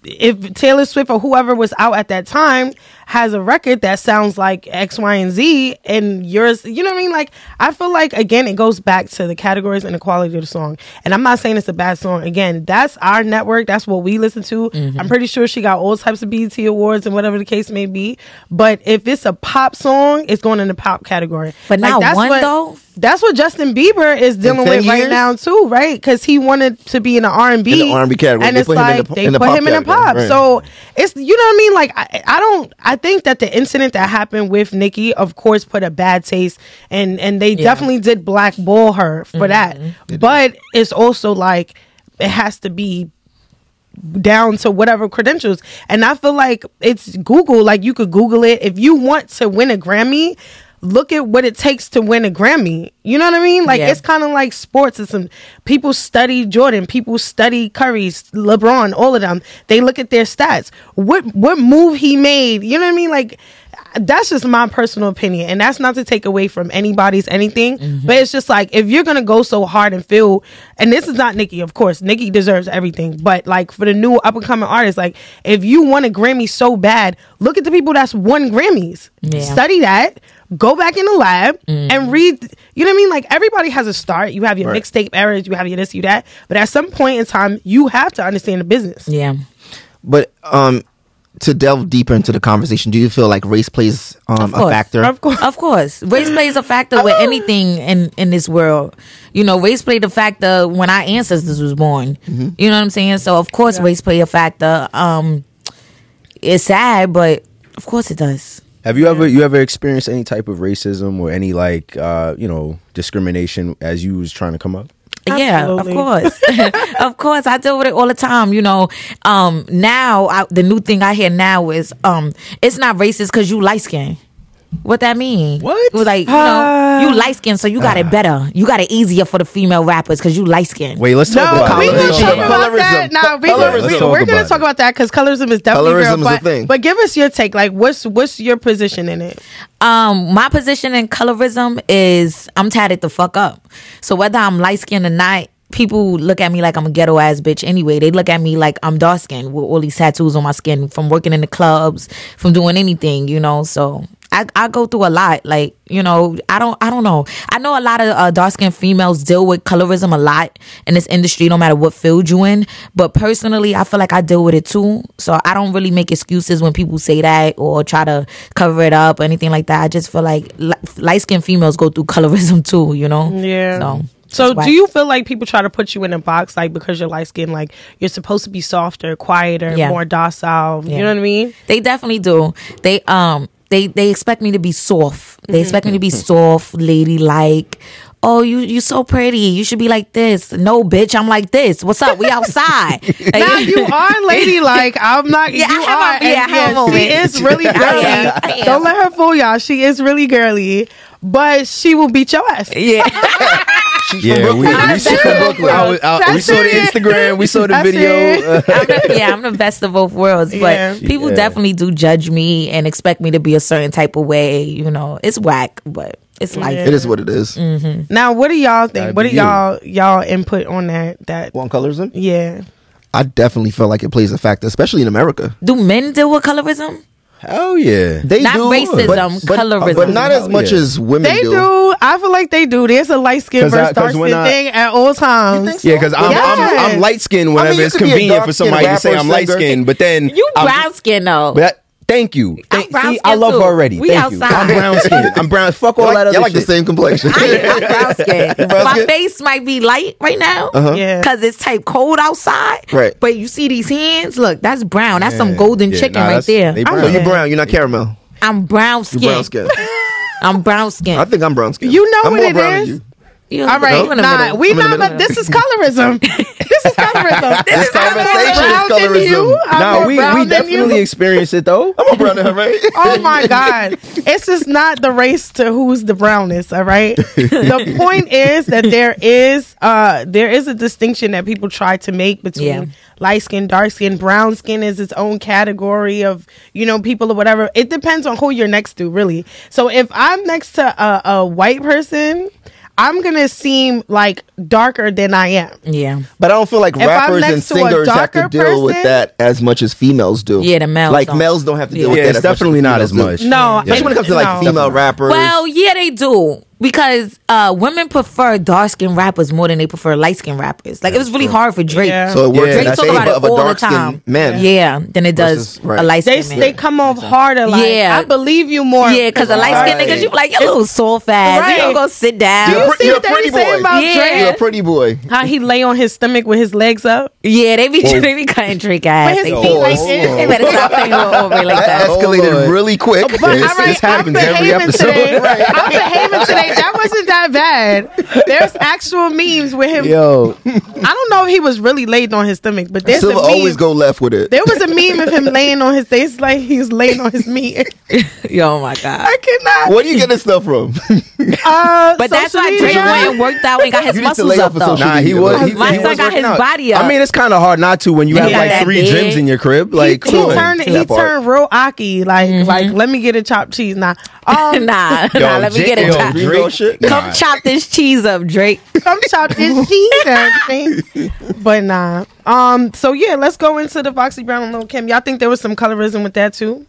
Speaker 2: if Taylor Swift or whoever was out at that time has a record that sounds like X, Y, and Z, and yours, you know what I mean? Like I feel like again, it goes back to the categories and the quality of the song. And I'm not saying it's a bad song. Again, that's our network. That's what we listen to.
Speaker 4: Mm-hmm.
Speaker 2: I'm pretty sure she got all types of BET awards and whatever the case may be. But if it's a pop song, it's going in the pop category.
Speaker 4: But
Speaker 2: Like,
Speaker 4: not
Speaker 2: that's
Speaker 4: one,
Speaker 2: what-
Speaker 4: though?
Speaker 2: That's what Justin Bieber is dealing
Speaker 3: In 10
Speaker 2: with right
Speaker 3: years?
Speaker 2: now too, right? Because he wanted to be in the R and B,
Speaker 3: In the R&B category.
Speaker 2: and
Speaker 3: They
Speaker 2: it's
Speaker 3: put him in
Speaker 2: like
Speaker 3: the-
Speaker 2: they
Speaker 3: in the
Speaker 2: put
Speaker 3: pop
Speaker 2: him in the
Speaker 3: category,
Speaker 2: pop.
Speaker 3: right.
Speaker 2: So it's you know what I mean. Like I, I don't, I think that the incident that happened with Nikki, of course, put a bad taste, and and they definitely did blackball her for that. But it's also like it has to be down to whatever credentials. And I feel like it's Google, like you could Google it. If you want to win a Grammy, look at what it takes to win a Grammy. You know what I mean? Like
Speaker 4: Yeah.
Speaker 2: it's kind of like sports. It's some people study Jordan, people study Curry, LeBron, all of them. They look at their stats. What what move he made? You know what I mean? Like that's just my personal opinion and that's not to take away from anybody's anything but it's just like if you're gonna go so hard and feel and this is not nikki of course nikki deserves everything but like for the new up and coming artists like if you want a grammy so bad look at the people that's won grammys
Speaker 4: Yeah.
Speaker 2: study that go back in the lab
Speaker 4: Mm.
Speaker 2: and read you know what i mean like everybody has a start you have your mixtape errors you have your this you that but at some point in time you have to understand the business
Speaker 4: yeah.
Speaker 3: But um, to delve deeper into the conversation, do you feel like race plays um,
Speaker 4: course.
Speaker 3: a factor?
Speaker 2: of course
Speaker 4: Of course, race plays a factor with anything in in this world. You know, race played a factor when our ancestors was born.
Speaker 1: Mm-hmm.
Speaker 4: You know what I'm saying? So of course, race play a factor. Um, it's sad, but of course it does.
Speaker 1: Have you ever you ever experienced any type of racism or any like uh, you know discrimination as you was trying to come up?
Speaker 2: Absolutely.
Speaker 4: Yeah, of course. of course. I deal with it all the time. You know, um, now I, the new thing I hear now is um, it's not racist because you light skin. What that mean?
Speaker 1: What? Ah.
Speaker 4: It was Like, you
Speaker 2: Ah.
Speaker 4: know, you light skin, so you got it better. You got it easier for the female rappers because you light skin.
Speaker 1: Wait, let's talk
Speaker 2: No,
Speaker 1: about
Speaker 2: we
Speaker 1: it.
Speaker 2: gonna
Speaker 1: Let's
Speaker 2: talk
Speaker 1: talk
Speaker 3: Colorism.
Speaker 2: about that. Nah, we
Speaker 1: Colorism.
Speaker 2: gonna,
Speaker 1: Let's
Speaker 2: we,
Speaker 1: talk
Speaker 2: we're
Speaker 1: about
Speaker 2: gonna
Speaker 1: it.
Speaker 2: talk about that because colorism is definitely
Speaker 3: Colorism
Speaker 2: real,
Speaker 3: is a
Speaker 2: but,
Speaker 3: thing.
Speaker 2: But give us your take. Like, what's what's your position in it?
Speaker 4: Um, my position in colorism is I'm tatted the fuck up. So whether I'm light skinned or not, people look at me like I'm a ghetto ass bitch anyway. They look at me like I'm dark skinned with all these tattoos on my skin from working in the clubs, from doing anything, you know. So I, I go through a lot. Like, you know, I don't I don't know. I know a lot of uh, dark skinned females deal with colorism a lot in this industry, no matter what field you in. But personally, I feel like I deal with it too. So I don't really make excuses when people say that or try to cover it up or anything like that. I just feel like light skinned females go through colorism too, you know?
Speaker 2: Yeah.
Speaker 4: So,
Speaker 2: So,
Speaker 4: that's why-
Speaker 2: do you feel like people try to put you in a box, like because you're light skinned, like you're supposed to be softer, quieter,
Speaker 4: Yeah.
Speaker 2: more docile? You know what I mean?
Speaker 4: They definitely do. They um they they expect me to be soft. They expect me to be soft, ladylike. Oh, you you so pretty. You should be like this. No, bitch, I'm like this. What's up? We outside. Like-
Speaker 2: Nah, you are ladylike. I'm not.
Speaker 4: Yeah, I
Speaker 2: you
Speaker 4: have
Speaker 2: are.
Speaker 4: my- yeah, I
Speaker 2: and
Speaker 4: have
Speaker 2: yes, she
Speaker 4: my moments.
Speaker 2: is really girly.
Speaker 4: am, I am.
Speaker 2: Don't let her fool y'all. She is really girly, but she will beat your ass.
Speaker 4: yeah.
Speaker 1: Yeah, we, we,
Speaker 2: That's
Speaker 1: saw,
Speaker 2: it.
Speaker 1: Brooklyn. I was- I- we
Speaker 2: That's
Speaker 1: saw the
Speaker 2: it.
Speaker 1: Instagram, we saw the
Speaker 2: That's
Speaker 1: video.
Speaker 2: it.
Speaker 1: Uh,
Speaker 4: I'm the- yeah, I'm the best of both worlds. But
Speaker 2: Yeah.
Speaker 4: people
Speaker 1: Yeah.
Speaker 4: definitely do judge me and expect me to be a certain type of way. You know, it's whack, but it's life.
Speaker 3: It is what it is.
Speaker 2: Mm. Now, what do y'all think?
Speaker 1: That'd
Speaker 2: What
Speaker 1: be
Speaker 2: do
Speaker 1: you.
Speaker 2: y'all y'all input on that? That
Speaker 3: Well, on colorism,
Speaker 2: yeah.
Speaker 3: I definitely feel like it plays a factor, especially in America.
Speaker 4: Do men deal with colorism?
Speaker 1: Hell yeah.
Speaker 3: They
Speaker 4: Not
Speaker 3: do
Speaker 4: racism,
Speaker 3: but,
Speaker 4: colorism.
Speaker 3: but not as
Speaker 1: Hell
Speaker 3: much
Speaker 1: yeah.
Speaker 3: as women
Speaker 2: They do. I feel like they do. There's a light skin
Speaker 1: 'Cause I-
Speaker 2: versus
Speaker 1: 'cause
Speaker 2: dark skin
Speaker 1: when I-
Speaker 2: thing at all times.
Speaker 1: Yeah, because I'm,
Speaker 2: Yes.
Speaker 1: I'm I'm light skinned
Speaker 3: I
Speaker 1: whenever
Speaker 3: mean, you
Speaker 1: it's
Speaker 3: could be a
Speaker 1: convenient for
Speaker 3: dark-skinned
Speaker 1: somebody to
Speaker 3: rapper,
Speaker 1: say I'm
Speaker 3: singer.
Speaker 1: light skinned, but then
Speaker 4: You
Speaker 1: I'm-
Speaker 4: brown skin though.
Speaker 1: But thank you. Thank-
Speaker 4: brown
Speaker 1: see, I
Speaker 4: skinned
Speaker 1: love her
Speaker 4: too.
Speaker 1: already.
Speaker 4: We
Speaker 1: thank you.
Speaker 4: outside.
Speaker 1: I'm brown skinned. I'm brown. Fuck all
Speaker 3: Y'all like,
Speaker 1: that other
Speaker 3: y'all like the
Speaker 1: shit.
Speaker 3: same complexion.
Speaker 4: I'm brown skin.
Speaker 3: brown
Speaker 4: My
Speaker 3: skin? Uh-huh.
Speaker 4: face might be light right now
Speaker 2: Yeah.
Speaker 4: because it's type cold outside.
Speaker 3: Right.
Speaker 4: But you see these hands? Look, that's brown. That's some
Speaker 1: Yeah.
Speaker 4: golden
Speaker 1: Yeah,
Speaker 4: chicken
Speaker 1: nah,
Speaker 4: right
Speaker 1: that's-
Speaker 4: there.
Speaker 1: they
Speaker 3: so
Speaker 1: brown.
Speaker 3: you brown, you're not caramel.
Speaker 4: I'm brown
Speaker 3: You
Speaker 4: skin.
Speaker 3: brown skin.
Speaker 4: I'm brown skin.
Speaker 3: I think I'm brown skin.
Speaker 2: You know
Speaker 3: I'm
Speaker 2: what
Speaker 3: more
Speaker 2: it
Speaker 3: brown than
Speaker 2: is?
Speaker 3: you.
Speaker 4: You-
Speaker 2: All
Speaker 4: you
Speaker 2: right,
Speaker 4: in the
Speaker 2: nah,
Speaker 4: middle.
Speaker 2: we
Speaker 3: I'm in the
Speaker 2: not.
Speaker 3: middle.
Speaker 2: But this is colorism. this is colorism. This,
Speaker 3: This
Speaker 2: is colorism.
Speaker 3: conversation is
Speaker 2: I'm brown than you.
Speaker 3: colorism.
Speaker 2: I'm
Speaker 1: Nah,
Speaker 2: more
Speaker 1: we
Speaker 2: brown
Speaker 1: we
Speaker 2: than
Speaker 1: definitely
Speaker 2: you.
Speaker 1: experienced it though.
Speaker 3: I'm a brother, right?
Speaker 2: Oh my God. It's just not the race to who's the brownest, all right? the point is that there is uh there is a distinction that people try to make between
Speaker 4: Yeah.
Speaker 2: light skin, dark skin, brown skin is its own category of, you know, people or whatever. It depends on who you're next to, really. So if I'm next to a, a white person, I'm gonna seem like darker than I am.
Speaker 4: Yeah.
Speaker 3: But I don't feel like
Speaker 2: I'm
Speaker 3: rappers and
Speaker 2: next to a
Speaker 3: singers have to
Speaker 2: darker
Speaker 3: deal with
Speaker 2: person-
Speaker 3: that as much as females do.
Speaker 4: Yeah, the males
Speaker 3: Like
Speaker 4: don't.
Speaker 3: males don't have to deal
Speaker 1: Yeah,
Speaker 3: with that.
Speaker 1: it's
Speaker 3: as much
Speaker 1: definitely not as
Speaker 3: females
Speaker 1: much.
Speaker 3: do.
Speaker 2: No,
Speaker 1: Yeah.
Speaker 3: Especially when it comes to
Speaker 2: No.
Speaker 3: like female rappers.
Speaker 4: Well, yeah, they do because uh, women prefer dark skinned rappers more than they prefer light skinned rappers. Like it was really hard for Drake.
Speaker 2: Yeah.
Speaker 3: so it works
Speaker 1: Yeah,
Speaker 3: in
Speaker 4: Drake
Speaker 1: that's
Speaker 3: the
Speaker 4: talk about
Speaker 3: favor
Speaker 4: it
Speaker 3: of a
Speaker 4: all the
Speaker 3: dark
Speaker 4: time.
Speaker 3: skinned man.
Speaker 4: Yeah, than it does
Speaker 3: Versus- right.
Speaker 4: a light
Speaker 2: They
Speaker 4: skinned man.
Speaker 2: they come off harder like
Speaker 4: Yeah.
Speaker 2: I believe you more.
Speaker 4: yeah, because a light skinned
Speaker 3: Right.
Speaker 4: nigga, you like your little soft ass.
Speaker 2: Right.
Speaker 4: You don't go sit down.
Speaker 3: You're, a pre-
Speaker 2: see
Speaker 3: you're a
Speaker 2: what they
Speaker 3: pretty
Speaker 2: say
Speaker 3: boy.
Speaker 2: about
Speaker 4: Yeah.
Speaker 2: Drake?
Speaker 4: Drake?
Speaker 3: You're a pretty boy.
Speaker 2: How he lay on his stomach with his legs up.
Speaker 4: Yeah, they be they be cutting Drake ass.
Speaker 2: With his
Speaker 4: They,
Speaker 2: feet like
Speaker 3: Hold
Speaker 2: this.
Speaker 3: on.
Speaker 4: they better stop playing with Aubrey like
Speaker 3: That
Speaker 4: that.
Speaker 1: Oh,
Speaker 3: escalated
Speaker 1: Lord.
Speaker 3: really quick.
Speaker 2: But
Speaker 1: This-
Speaker 2: all right,
Speaker 1: this happens
Speaker 2: I'm
Speaker 1: every
Speaker 2: behaving
Speaker 1: episode.
Speaker 2: today. I'm behaving today. That wasn't that bad. There's actual memes with him.
Speaker 1: Yo,
Speaker 2: I don't know if he was really laid on his stomach, but there's
Speaker 3: Silva
Speaker 2: a meme.
Speaker 3: always go left with it.
Speaker 2: there was a meme of him laying on his face like he was laying on his meat.
Speaker 4: Yo, Oh my god.
Speaker 2: I cannot.
Speaker 3: Where do you get this stuff from?
Speaker 1: ah.
Speaker 2: Uh,
Speaker 4: But that's
Speaker 2: social
Speaker 4: why Drake
Speaker 2: media.
Speaker 4: went and worked out and got his
Speaker 3: You need to
Speaker 4: muscles
Speaker 3: lay
Speaker 4: up
Speaker 3: off of
Speaker 4: though.
Speaker 3: social
Speaker 1: nah, he
Speaker 3: media,
Speaker 1: was.
Speaker 3: bro.
Speaker 1: He,
Speaker 4: My
Speaker 1: he
Speaker 4: son
Speaker 1: was
Speaker 4: got
Speaker 1: working
Speaker 4: his
Speaker 1: out.
Speaker 4: body up.
Speaker 1: I mean, it's kind of hard not to when you have
Speaker 4: got
Speaker 1: like
Speaker 4: that
Speaker 1: three
Speaker 4: big-
Speaker 1: gyms in your crib. Like,
Speaker 2: he,
Speaker 1: come on.
Speaker 2: turned
Speaker 3: to
Speaker 2: he
Speaker 3: that part.
Speaker 2: turned real aki like like let me get a chopped cheese now. Um,
Speaker 4: Oh, nah,
Speaker 1: Yo,
Speaker 4: nah. Let me
Speaker 1: J-
Speaker 4: get it.
Speaker 1: yo,
Speaker 4: chop.
Speaker 1: Drake-
Speaker 3: Real shit.
Speaker 4: Come chop this cheese up, Drake.
Speaker 2: come chop this cheese and everything. But nah. Um. So yeah, let's go into the Foxy Brown and Lil Kim. Y'all think there was some colorism with that too?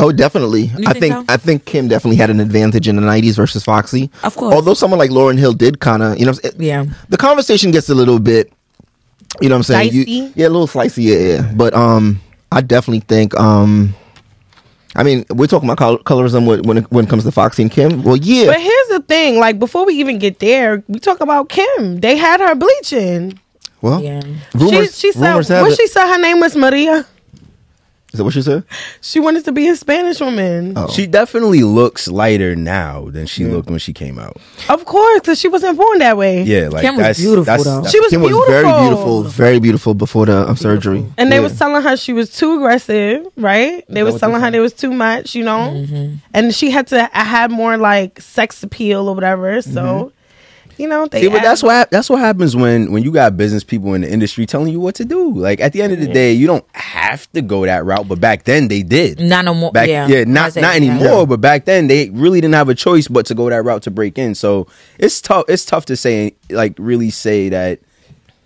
Speaker 3: Oh, definitely. I
Speaker 4: think
Speaker 3: think
Speaker 4: so?
Speaker 3: I think Kim definitely had an advantage in the '90s versus Foxy.
Speaker 4: Of course.
Speaker 3: Although someone like Lauren Hill did kind of, you know, it-
Speaker 4: Yeah.
Speaker 3: The conversation gets a little bit, you know, what I'm saying, You-
Speaker 2: Dicey? Mm.
Speaker 3: yeah, a little slicey, yeah, yeah. But um, I definitely think um, I mean, we're talking about col- colorism when when it, when it comes to Foxy and Kim. Well, yeah,
Speaker 2: But here's the thing: like before we even get there, we talk about Kim. They had her bleaching.
Speaker 3: well,
Speaker 4: Yeah.
Speaker 3: rumors,
Speaker 2: she, she said
Speaker 3: rumors have
Speaker 2: when
Speaker 3: it.
Speaker 2: she said her name was Maria,
Speaker 3: Is that what she said?
Speaker 2: she wanted to be a Spanish woman.
Speaker 3: Oh.
Speaker 1: She definitely looks lighter now than she looked when she came out.
Speaker 2: Of course, because she wasn't born that way.
Speaker 1: Yeah, like
Speaker 4: Kim was
Speaker 1: that's
Speaker 4: beautiful,
Speaker 1: that's,
Speaker 4: though.
Speaker 1: that's-
Speaker 2: She was
Speaker 3: Kim
Speaker 2: beautiful.
Speaker 3: was very beautiful, very beautiful before the um, surgery.
Speaker 2: And they
Speaker 3: Yeah.
Speaker 2: was telling her she was too aggressive, right? They was telling her there was too much, you know.
Speaker 3: Mm-hmm.
Speaker 2: And she had to I had more like sex appeal or whatever. So,
Speaker 3: Mm-hmm.
Speaker 2: you know, they
Speaker 1: See, but
Speaker 2: add-
Speaker 1: that's what hap- that's what happens when when you got business people in the industry telling you what to do. Like at the end of the day, you don't have to go that route. But back then they did.
Speaker 4: Not no more.
Speaker 1: Back
Speaker 4: yeah.
Speaker 1: yeah, not
Speaker 4: That's it,
Speaker 1: not
Speaker 4: yeah.
Speaker 1: anymore. But back then they really didn't have a choice but to go that route to break in. So it's tough. It's tough to say like really say that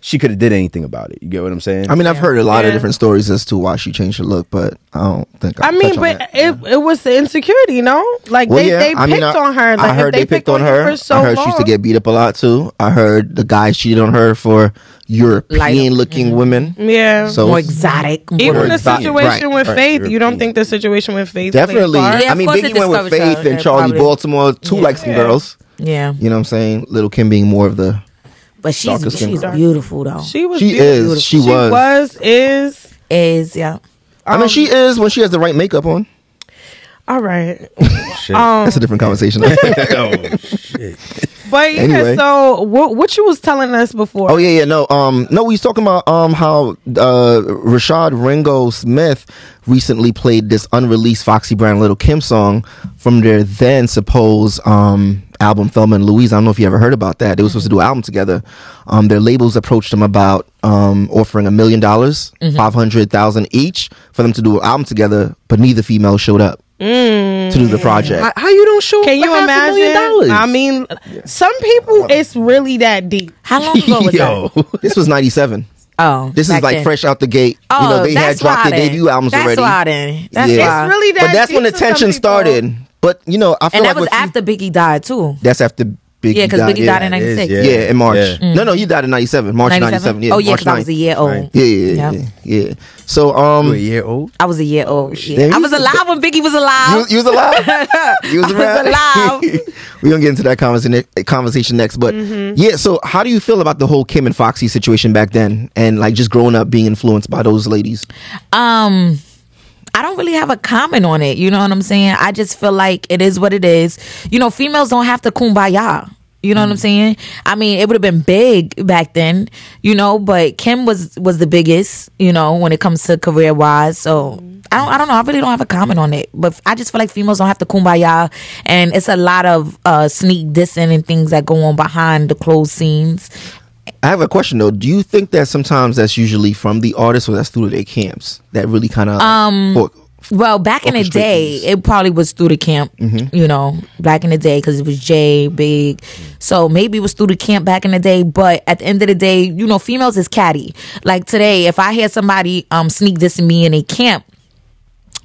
Speaker 1: she could have did anything about it. You get what I'm saying?
Speaker 3: I mean, I've heard a lot
Speaker 2: Yeah.
Speaker 3: of different stories as to why she changed her look, but I don't think I'll
Speaker 2: I mean,
Speaker 3: touch on
Speaker 2: but
Speaker 3: that.
Speaker 2: it it was the insecurity, you know? Like
Speaker 3: Well,
Speaker 2: they,
Speaker 3: yeah,
Speaker 2: they picked
Speaker 3: I mean, I-
Speaker 2: on her. Like
Speaker 3: I
Speaker 2: if
Speaker 3: heard
Speaker 2: they,
Speaker 3: they picked on
Speaker 2: her,
Speaker 3: her.
Speaker 2: for so
Speaker 3: I heard
Speaker 2: long.
Speaker 3: she used to get beat up a lot too. I heard the guys cheated on her for European looking
Speaker 2: Mm-hmm.
Speaker 3: women.
Speaker 2: yeah.
Speaker 3: So
Speaker 4: More
Speaker 3: it's
Speaker 4: exotic.
Speaker 2: even
Speaker 3: Or
Speaker 2: the
Speaker 3: exotic,
Speaker 2: situation
Speaker 3: right,
Speaker 2: with
Speaker 1: right,
Speaker 2: Faith, you don't
Speaker 1: European.
Speaker 2: think the situation with Faith played a
Speaker 3: definitely.
Speaker 2: part?
Speaker 4: Yeah,
Speaker 3: I
Speaker 4: of
Speaker 3: mean,
Speaker 4: course
Speaker 3: Biggie
Speaker 4: they
Speaker 3: went with
Speaker 4: discovered
Speaker 3: Faith
Speaker 4: her,
Speaker 3: and Charlie
Speaker 4: probably.
Speaker 3: Baltimore, two light skinned
Speaker 2: Yeah.
Speaker 3: girls.
Speaker 4: Yeah,
Speaker 3: You know what I'm saying? Little Kim being more of the
Speaker 4: but she's
Speaker 3: Darker skin
Speaker 4: she's
Speaker 3: color.
Speaker 4: beautiful though.
Speaker 2: She was
Speaker 3: she
Speaker 2: beautiful.
Speaker 3: is. She,
Speaker 2: She
Speaker 3: was.
Speaker 2: was is
Speaker 4: is yeah.
Speaker 3: I
Speaker 2: um,
Speaker 3: mean, she is when she has the right makeup on.
Speaker 2: all right.
Speaker 1: Shit.
Speaker 4: Um,
Speaker 3: That's
Speaker 2: um,
Speaker 3: a different conversation.
Speaker 1: oh shit.
Speaker 2: But yeah,
Speaker 3: Anyway.
Speaker 2: so what what you was telling us before?
Speaker 3: Oh yeah, yeah, no, um, no, we was talking about um how uh Rashad Ringo Smith recently played this unreleased Foxy Brown Little Kim song from their then supposed um album Thelma and Louise. I don't know if you ever heard about that. They were supposed to do an album together. Um, their labels approached them about um offering a million dollars, hundred thousand each for them to do an album together, but neither female showed up to do the project.
Speaker 1: How you don't show?
Speaker 2: Can you
Speaker 1: half A million dollars?
Speaker 2: imagine? I mean, some people it's really that deep.
Speaker 4: How long ago was
Speaker 1: yo,
Speaker 3: this was ninety seven.
Speaker 4: that? Oh,
Speaker 3: This
Speaker 4: back
Speaker 3: is like
Speaker 4: then.
Speaker 3: fresh out the gate.
Speaker 4: Oh,
Speaker 3: you know, they had
Speaker 4: that's
Speaker 3: dropped
Speaker 4: why
Speaker 3: their
Speaker 4: then.
Speaker 3: debut albums
Speaker 4: that's
Speaker 3: already.
Speaker 4: Why then. That's
Speaker 3: Yeah.
Speaker 4: why.
Speaker 2: It's really that
Speaker 3: but that's when the
Speaker 2: deep to some
Speaker 3: tension
Speaker 2: people.
Speaker 3: started. But you know, I feel
Speaker 4: and
Speaker 3: like
Speaker 4: that was
Speaker 3: with-
Speaker 4: after Biggie died too.
Speaker 3: that's after Biggie.
Speaker 4: Yeah, because
Speaker 3: died,
Speaker 4: Biggie died in
Speaker 1: it is,
Speaker 4: '96.
Speaker 1: yeah.
Speaker 3: yeah. yeah, in March.
Speaker 1: Yeah.
Speaker 3: No, no, he died in '97, March '97. Yeah,
Speaker 4: oh yeah,
Speaker 3: March
Speaker 4: because I was a
Speaker 3: 9th.
Speaker 4: year old.
Speaker 3: Yeah, yeah, yeah,
Speaker 4: Yep.
Speaker 3: yeah, yeah. So, um,
Speaker 1: a year old.
Speaker 4: I was a year old. shit.
Speaker 3: Damn,
Speaker 4: I
Speaker 3: you-
Speaker 4: was alive when Biggie was
Speaker 3: you,
Speaker 4: alive.
Speaker 3: you was alive. you was,
Speaker 4: I was
Speaker 3: around?
Speaker 4: alive. Mm-hmm.
Speaker 3: We're gonna get into that conversation conversation next. But yeah, so how do you feel about the whole Kim and Foxy situation back then, and like just growing up being influenced by those ladies?
Speaker 4: um I don't really have a comment on it. You know what I'm saying? I just feel like it is what it is. You know, females don't have to kumbaya. You know what I'm
Speaker 3: Mm.
Speaker 4: saying? I mean, it would have been big back then, you know, but Kim was was the biggest, you know, when it comes to career wise. So I don't I don't know. I really don't have a comment on it. But I just feel like females don't have to kumbaya and it's a lot of uh sneak dissing and things that go on behind the closed scenes.
Speaker 3: I have a question though. Do you think that sometimes that's usually from the artists or that's through their camps that really kind of um
Speaker 4: Well, back in the
Speaker 3: Orchestrate
Speaker 4: day,
Speaker 3: things.
Speaker 4: it probably was through the camp,
Speaker 3: Mm-hmm.
Speaker 4: you know, back in the day because it was Jay, Big. So maybe it was through the camp back in the day, but at the end of the day, you know, females is catty. Like today, if I hear somebody um sneak this in me in a camp,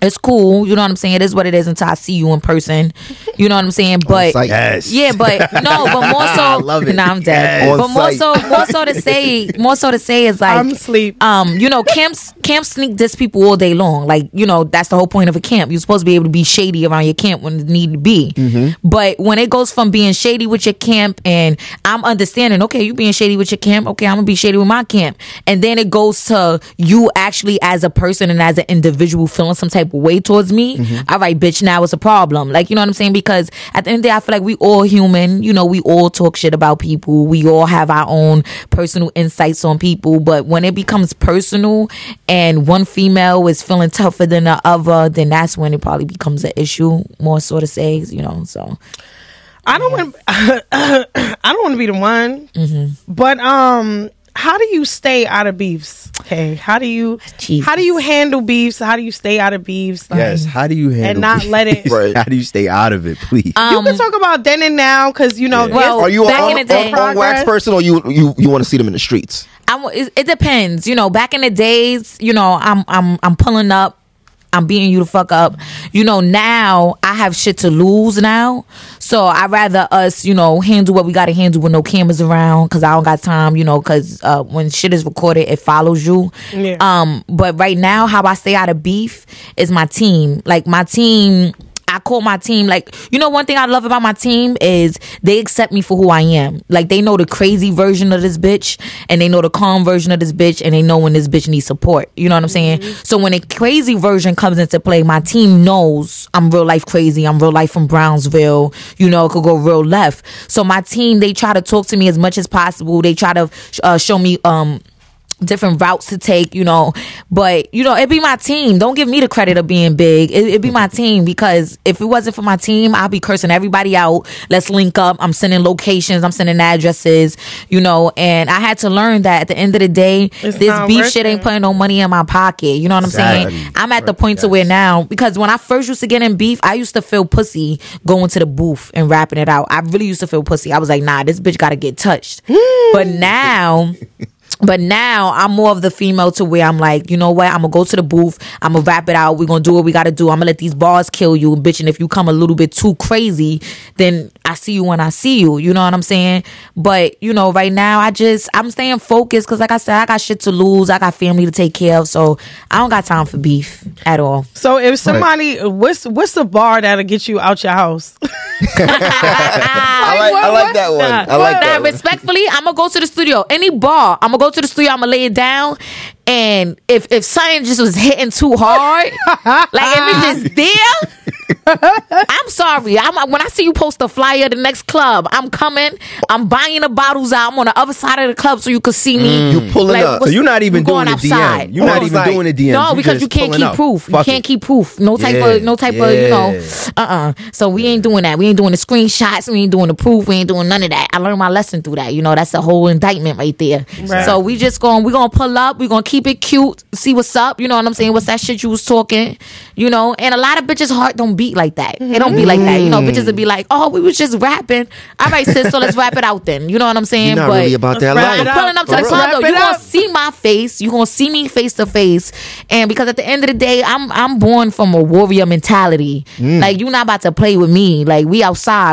Speaker 4: it's cool. You know what I'm saying? It is what it is until I see you in person. You know what I'm saying? But
Speaker 3: site.
Speaker 1: Yes.
Speaker 4: yeah, but no, but more so. I
Speaker 3: love it.
Speaker 4: Nah, I'm dead.
Speaker 3: Yes.
Speaker 4: But
Speaker 3: On
Speaker 4: more
Speaker 3: site.
Speaker 4: so, more so to say, more so to say is like
Speaker 2: I'm asleep.
Speaker 4: Um, you know, camps camps sneak diss people all day long. Like you know, that's the whole point of a camp. You're supposed to be able to be shady around your camp when it need to be. But when it goes from being shady with your camp, and I'm understanding, okay, you being shady with your camp, okay, I'm gonna be shady with my camp, and then it goes to you actually as a person and as an individual feeling some type of way towards me. All right, bitch, now it's a problem. Like you know what I'm saying? Because at the end of the day, I feel like we all human. You know, we all talk shit about people. We all have our own personal insights on people. But when it becomes personal and one female is feeling tougher than the other, then that's when it probably becomes an issue. More so to say, you know. So
Speaker 2: I don't want. I don't want to be the one.
Speaker 1: Mm-hmm.
Speaker 2: But um, how do you stay out of beefs? Okay, how do you?
Speaker 4: Jesus.
Speaker 2: How do you handle beefs? How do you stay out of beefs? Like,
Speaker 1: Yes. How do you handle
Speaker 2: not let it-
Speaker 1: right. How do you stay out of it, please?
Speaker 4: Um,
Speaker 2: You can talk about then and now because you know.
Speaker 1: Yeah.
Speaker 2: there's-
Speaker 4: Well,
Speaker 3: Are you
Speaker 4: Back
Speaker 3: on,
Speaker 4: in the day.
Speaker 3: on, on wax
Speaker 2: Progress.
Speaker 3: person or you you you want to see them in the streets?
Speaker 4: I wa- it, it depends. You know, back in the days, you know, I'm I'm I'm pulling up. I'm beating you the fuck up. You know, now I have shit to lose now. So i rather us, you know, handle what we got to handle with no cameras around because I don't got time, you know, because uh, when shit is recorded, it follows you.
Speaker 2: Yeah.
Speaker 4: Um, but right now, how I stay out of beef is my team. Like, my team. I call my team like you know one thing I love about my team is they accept me for who I am. Like they know the crazy version of this bitch and they know the calm version of this bitch and they know when this bitch needs support. You know what I'm saying? So when a crazy version comes into play, my team knows I'm real life crazy. I'm real life from Brownsville. You know, it could go real left. So my team they try to talk to me as much as possible. They try to uh, show me um different routes to take, you know. But you know, it be my team. Don't give me the credit of being big. It, it be my team because if it wasn't for my team, I'd be cursing everybody out. Let's link up. I'm sending locations. I'm sending addresses. You know, and I had to learn that at the end of the day,
Speaker 2: It's
Speaker 4: this
Speaker 2: not
Speaker 4: beef
Speaker 2: worth
Speaker 4: shit ain't
Speaker 2: it.
Speaker 4: putting no money in my pocket. You know what I'm saying?
Speaker 1: Exactly.
Speaker 4: I'm at the point to where now because when I first used to get in beef, I used to feel pussy going to the booth and rapping it out. I really used to feel pussy. I was like, nah, this bitch got to get touched. but now. But now I'm more of the female to where I'm like, you know what? I'm gonna go to the booth. I'm gonna rap it out. We're gonna do what we gotta do. I'm gonna let these bars kill you, bitch. And if you come a little bit too crazy, then I see you when I see you. You know what I'm saying? But you know, right now I just I'm staying focused because, like I said, I got shit to lose. I got family to take care of, so I don't got time for beef at all.
Speaker 2: So if somebody, what's what's the bar that'll get you out your house?
Speaker 3: I like, I like that one.
Speaker 2: Nah.
Speaker 3: I like
Speaker 4: Nah,
Speaker 3: that. One.
Speaker 4: respectfully, I'm gonna go to the studio. Any bar, I'm gonna go to the studio. I'm gonna lay it down. And if if something just was hitting too hard, like if it's just there, I'm sorry. I'm when I see you post a flyer at the next club, I'm coming. I'm buying the bottles out. I'm on the other side of the club so you can see me.
Speaker 3: You pulling up.
Speaker 1: so
Speaker 4: what's-
Speaker 1: you're not even
Speaker 4: we're
Speaker 1: doing
Speaker 4: going
Speaker 1: a
Speaker 4: outside.
Speaker 1: DM. You're not
Speaker 3: Oh,
Speaker 1: even
Speaker 3: like-
Speaker 1: doing a DM.
Speaker 4: No, because you can't keep proof. You can't keep proof. No type
Speaker 1: Yeah,
Speaker 4: of no type of you know. Uh
Speaker 1: yeah.
Speaker 4: uh So we ain't doing that. We ain't doing the screenshots. We ain't doing the proof. We ain't doing none of that. I learned my lesson through that. You know, that's the whole indictment right there. So we just going we gonna pull up. We gonna keep it cute. See what's up. You know what I'm saying? What's that shit you was talking? You know. And a lot of bitches' heart don't beat like that. It don't be like that. You know,
Speaker 3: Mm.
Speaker 4: bitches would be like, oh, we was just rapping. All right, sis. So let's wrap it out then. You know what I'm saying?
Speaker 3: You're not really about that
Speaker 2: Right. Wrap
Speaker 3: life.
Speaker 2: it
Speaker 4: I'm
Speaker 2: up.
Speaker 4: pulling up to the
Speaker 2: For real.
Speaker 4: club though.
Speaker 2: Wrap
Speaker 4: You
Speaker 2: it
Speaker 4: gonna
Speaker 2: up.
Speaker 4: see my face. You gonna see me face to face. And because at the end of the day, I'm I'm born from a warrior mentality. Like you not about to play with me. Like we outside.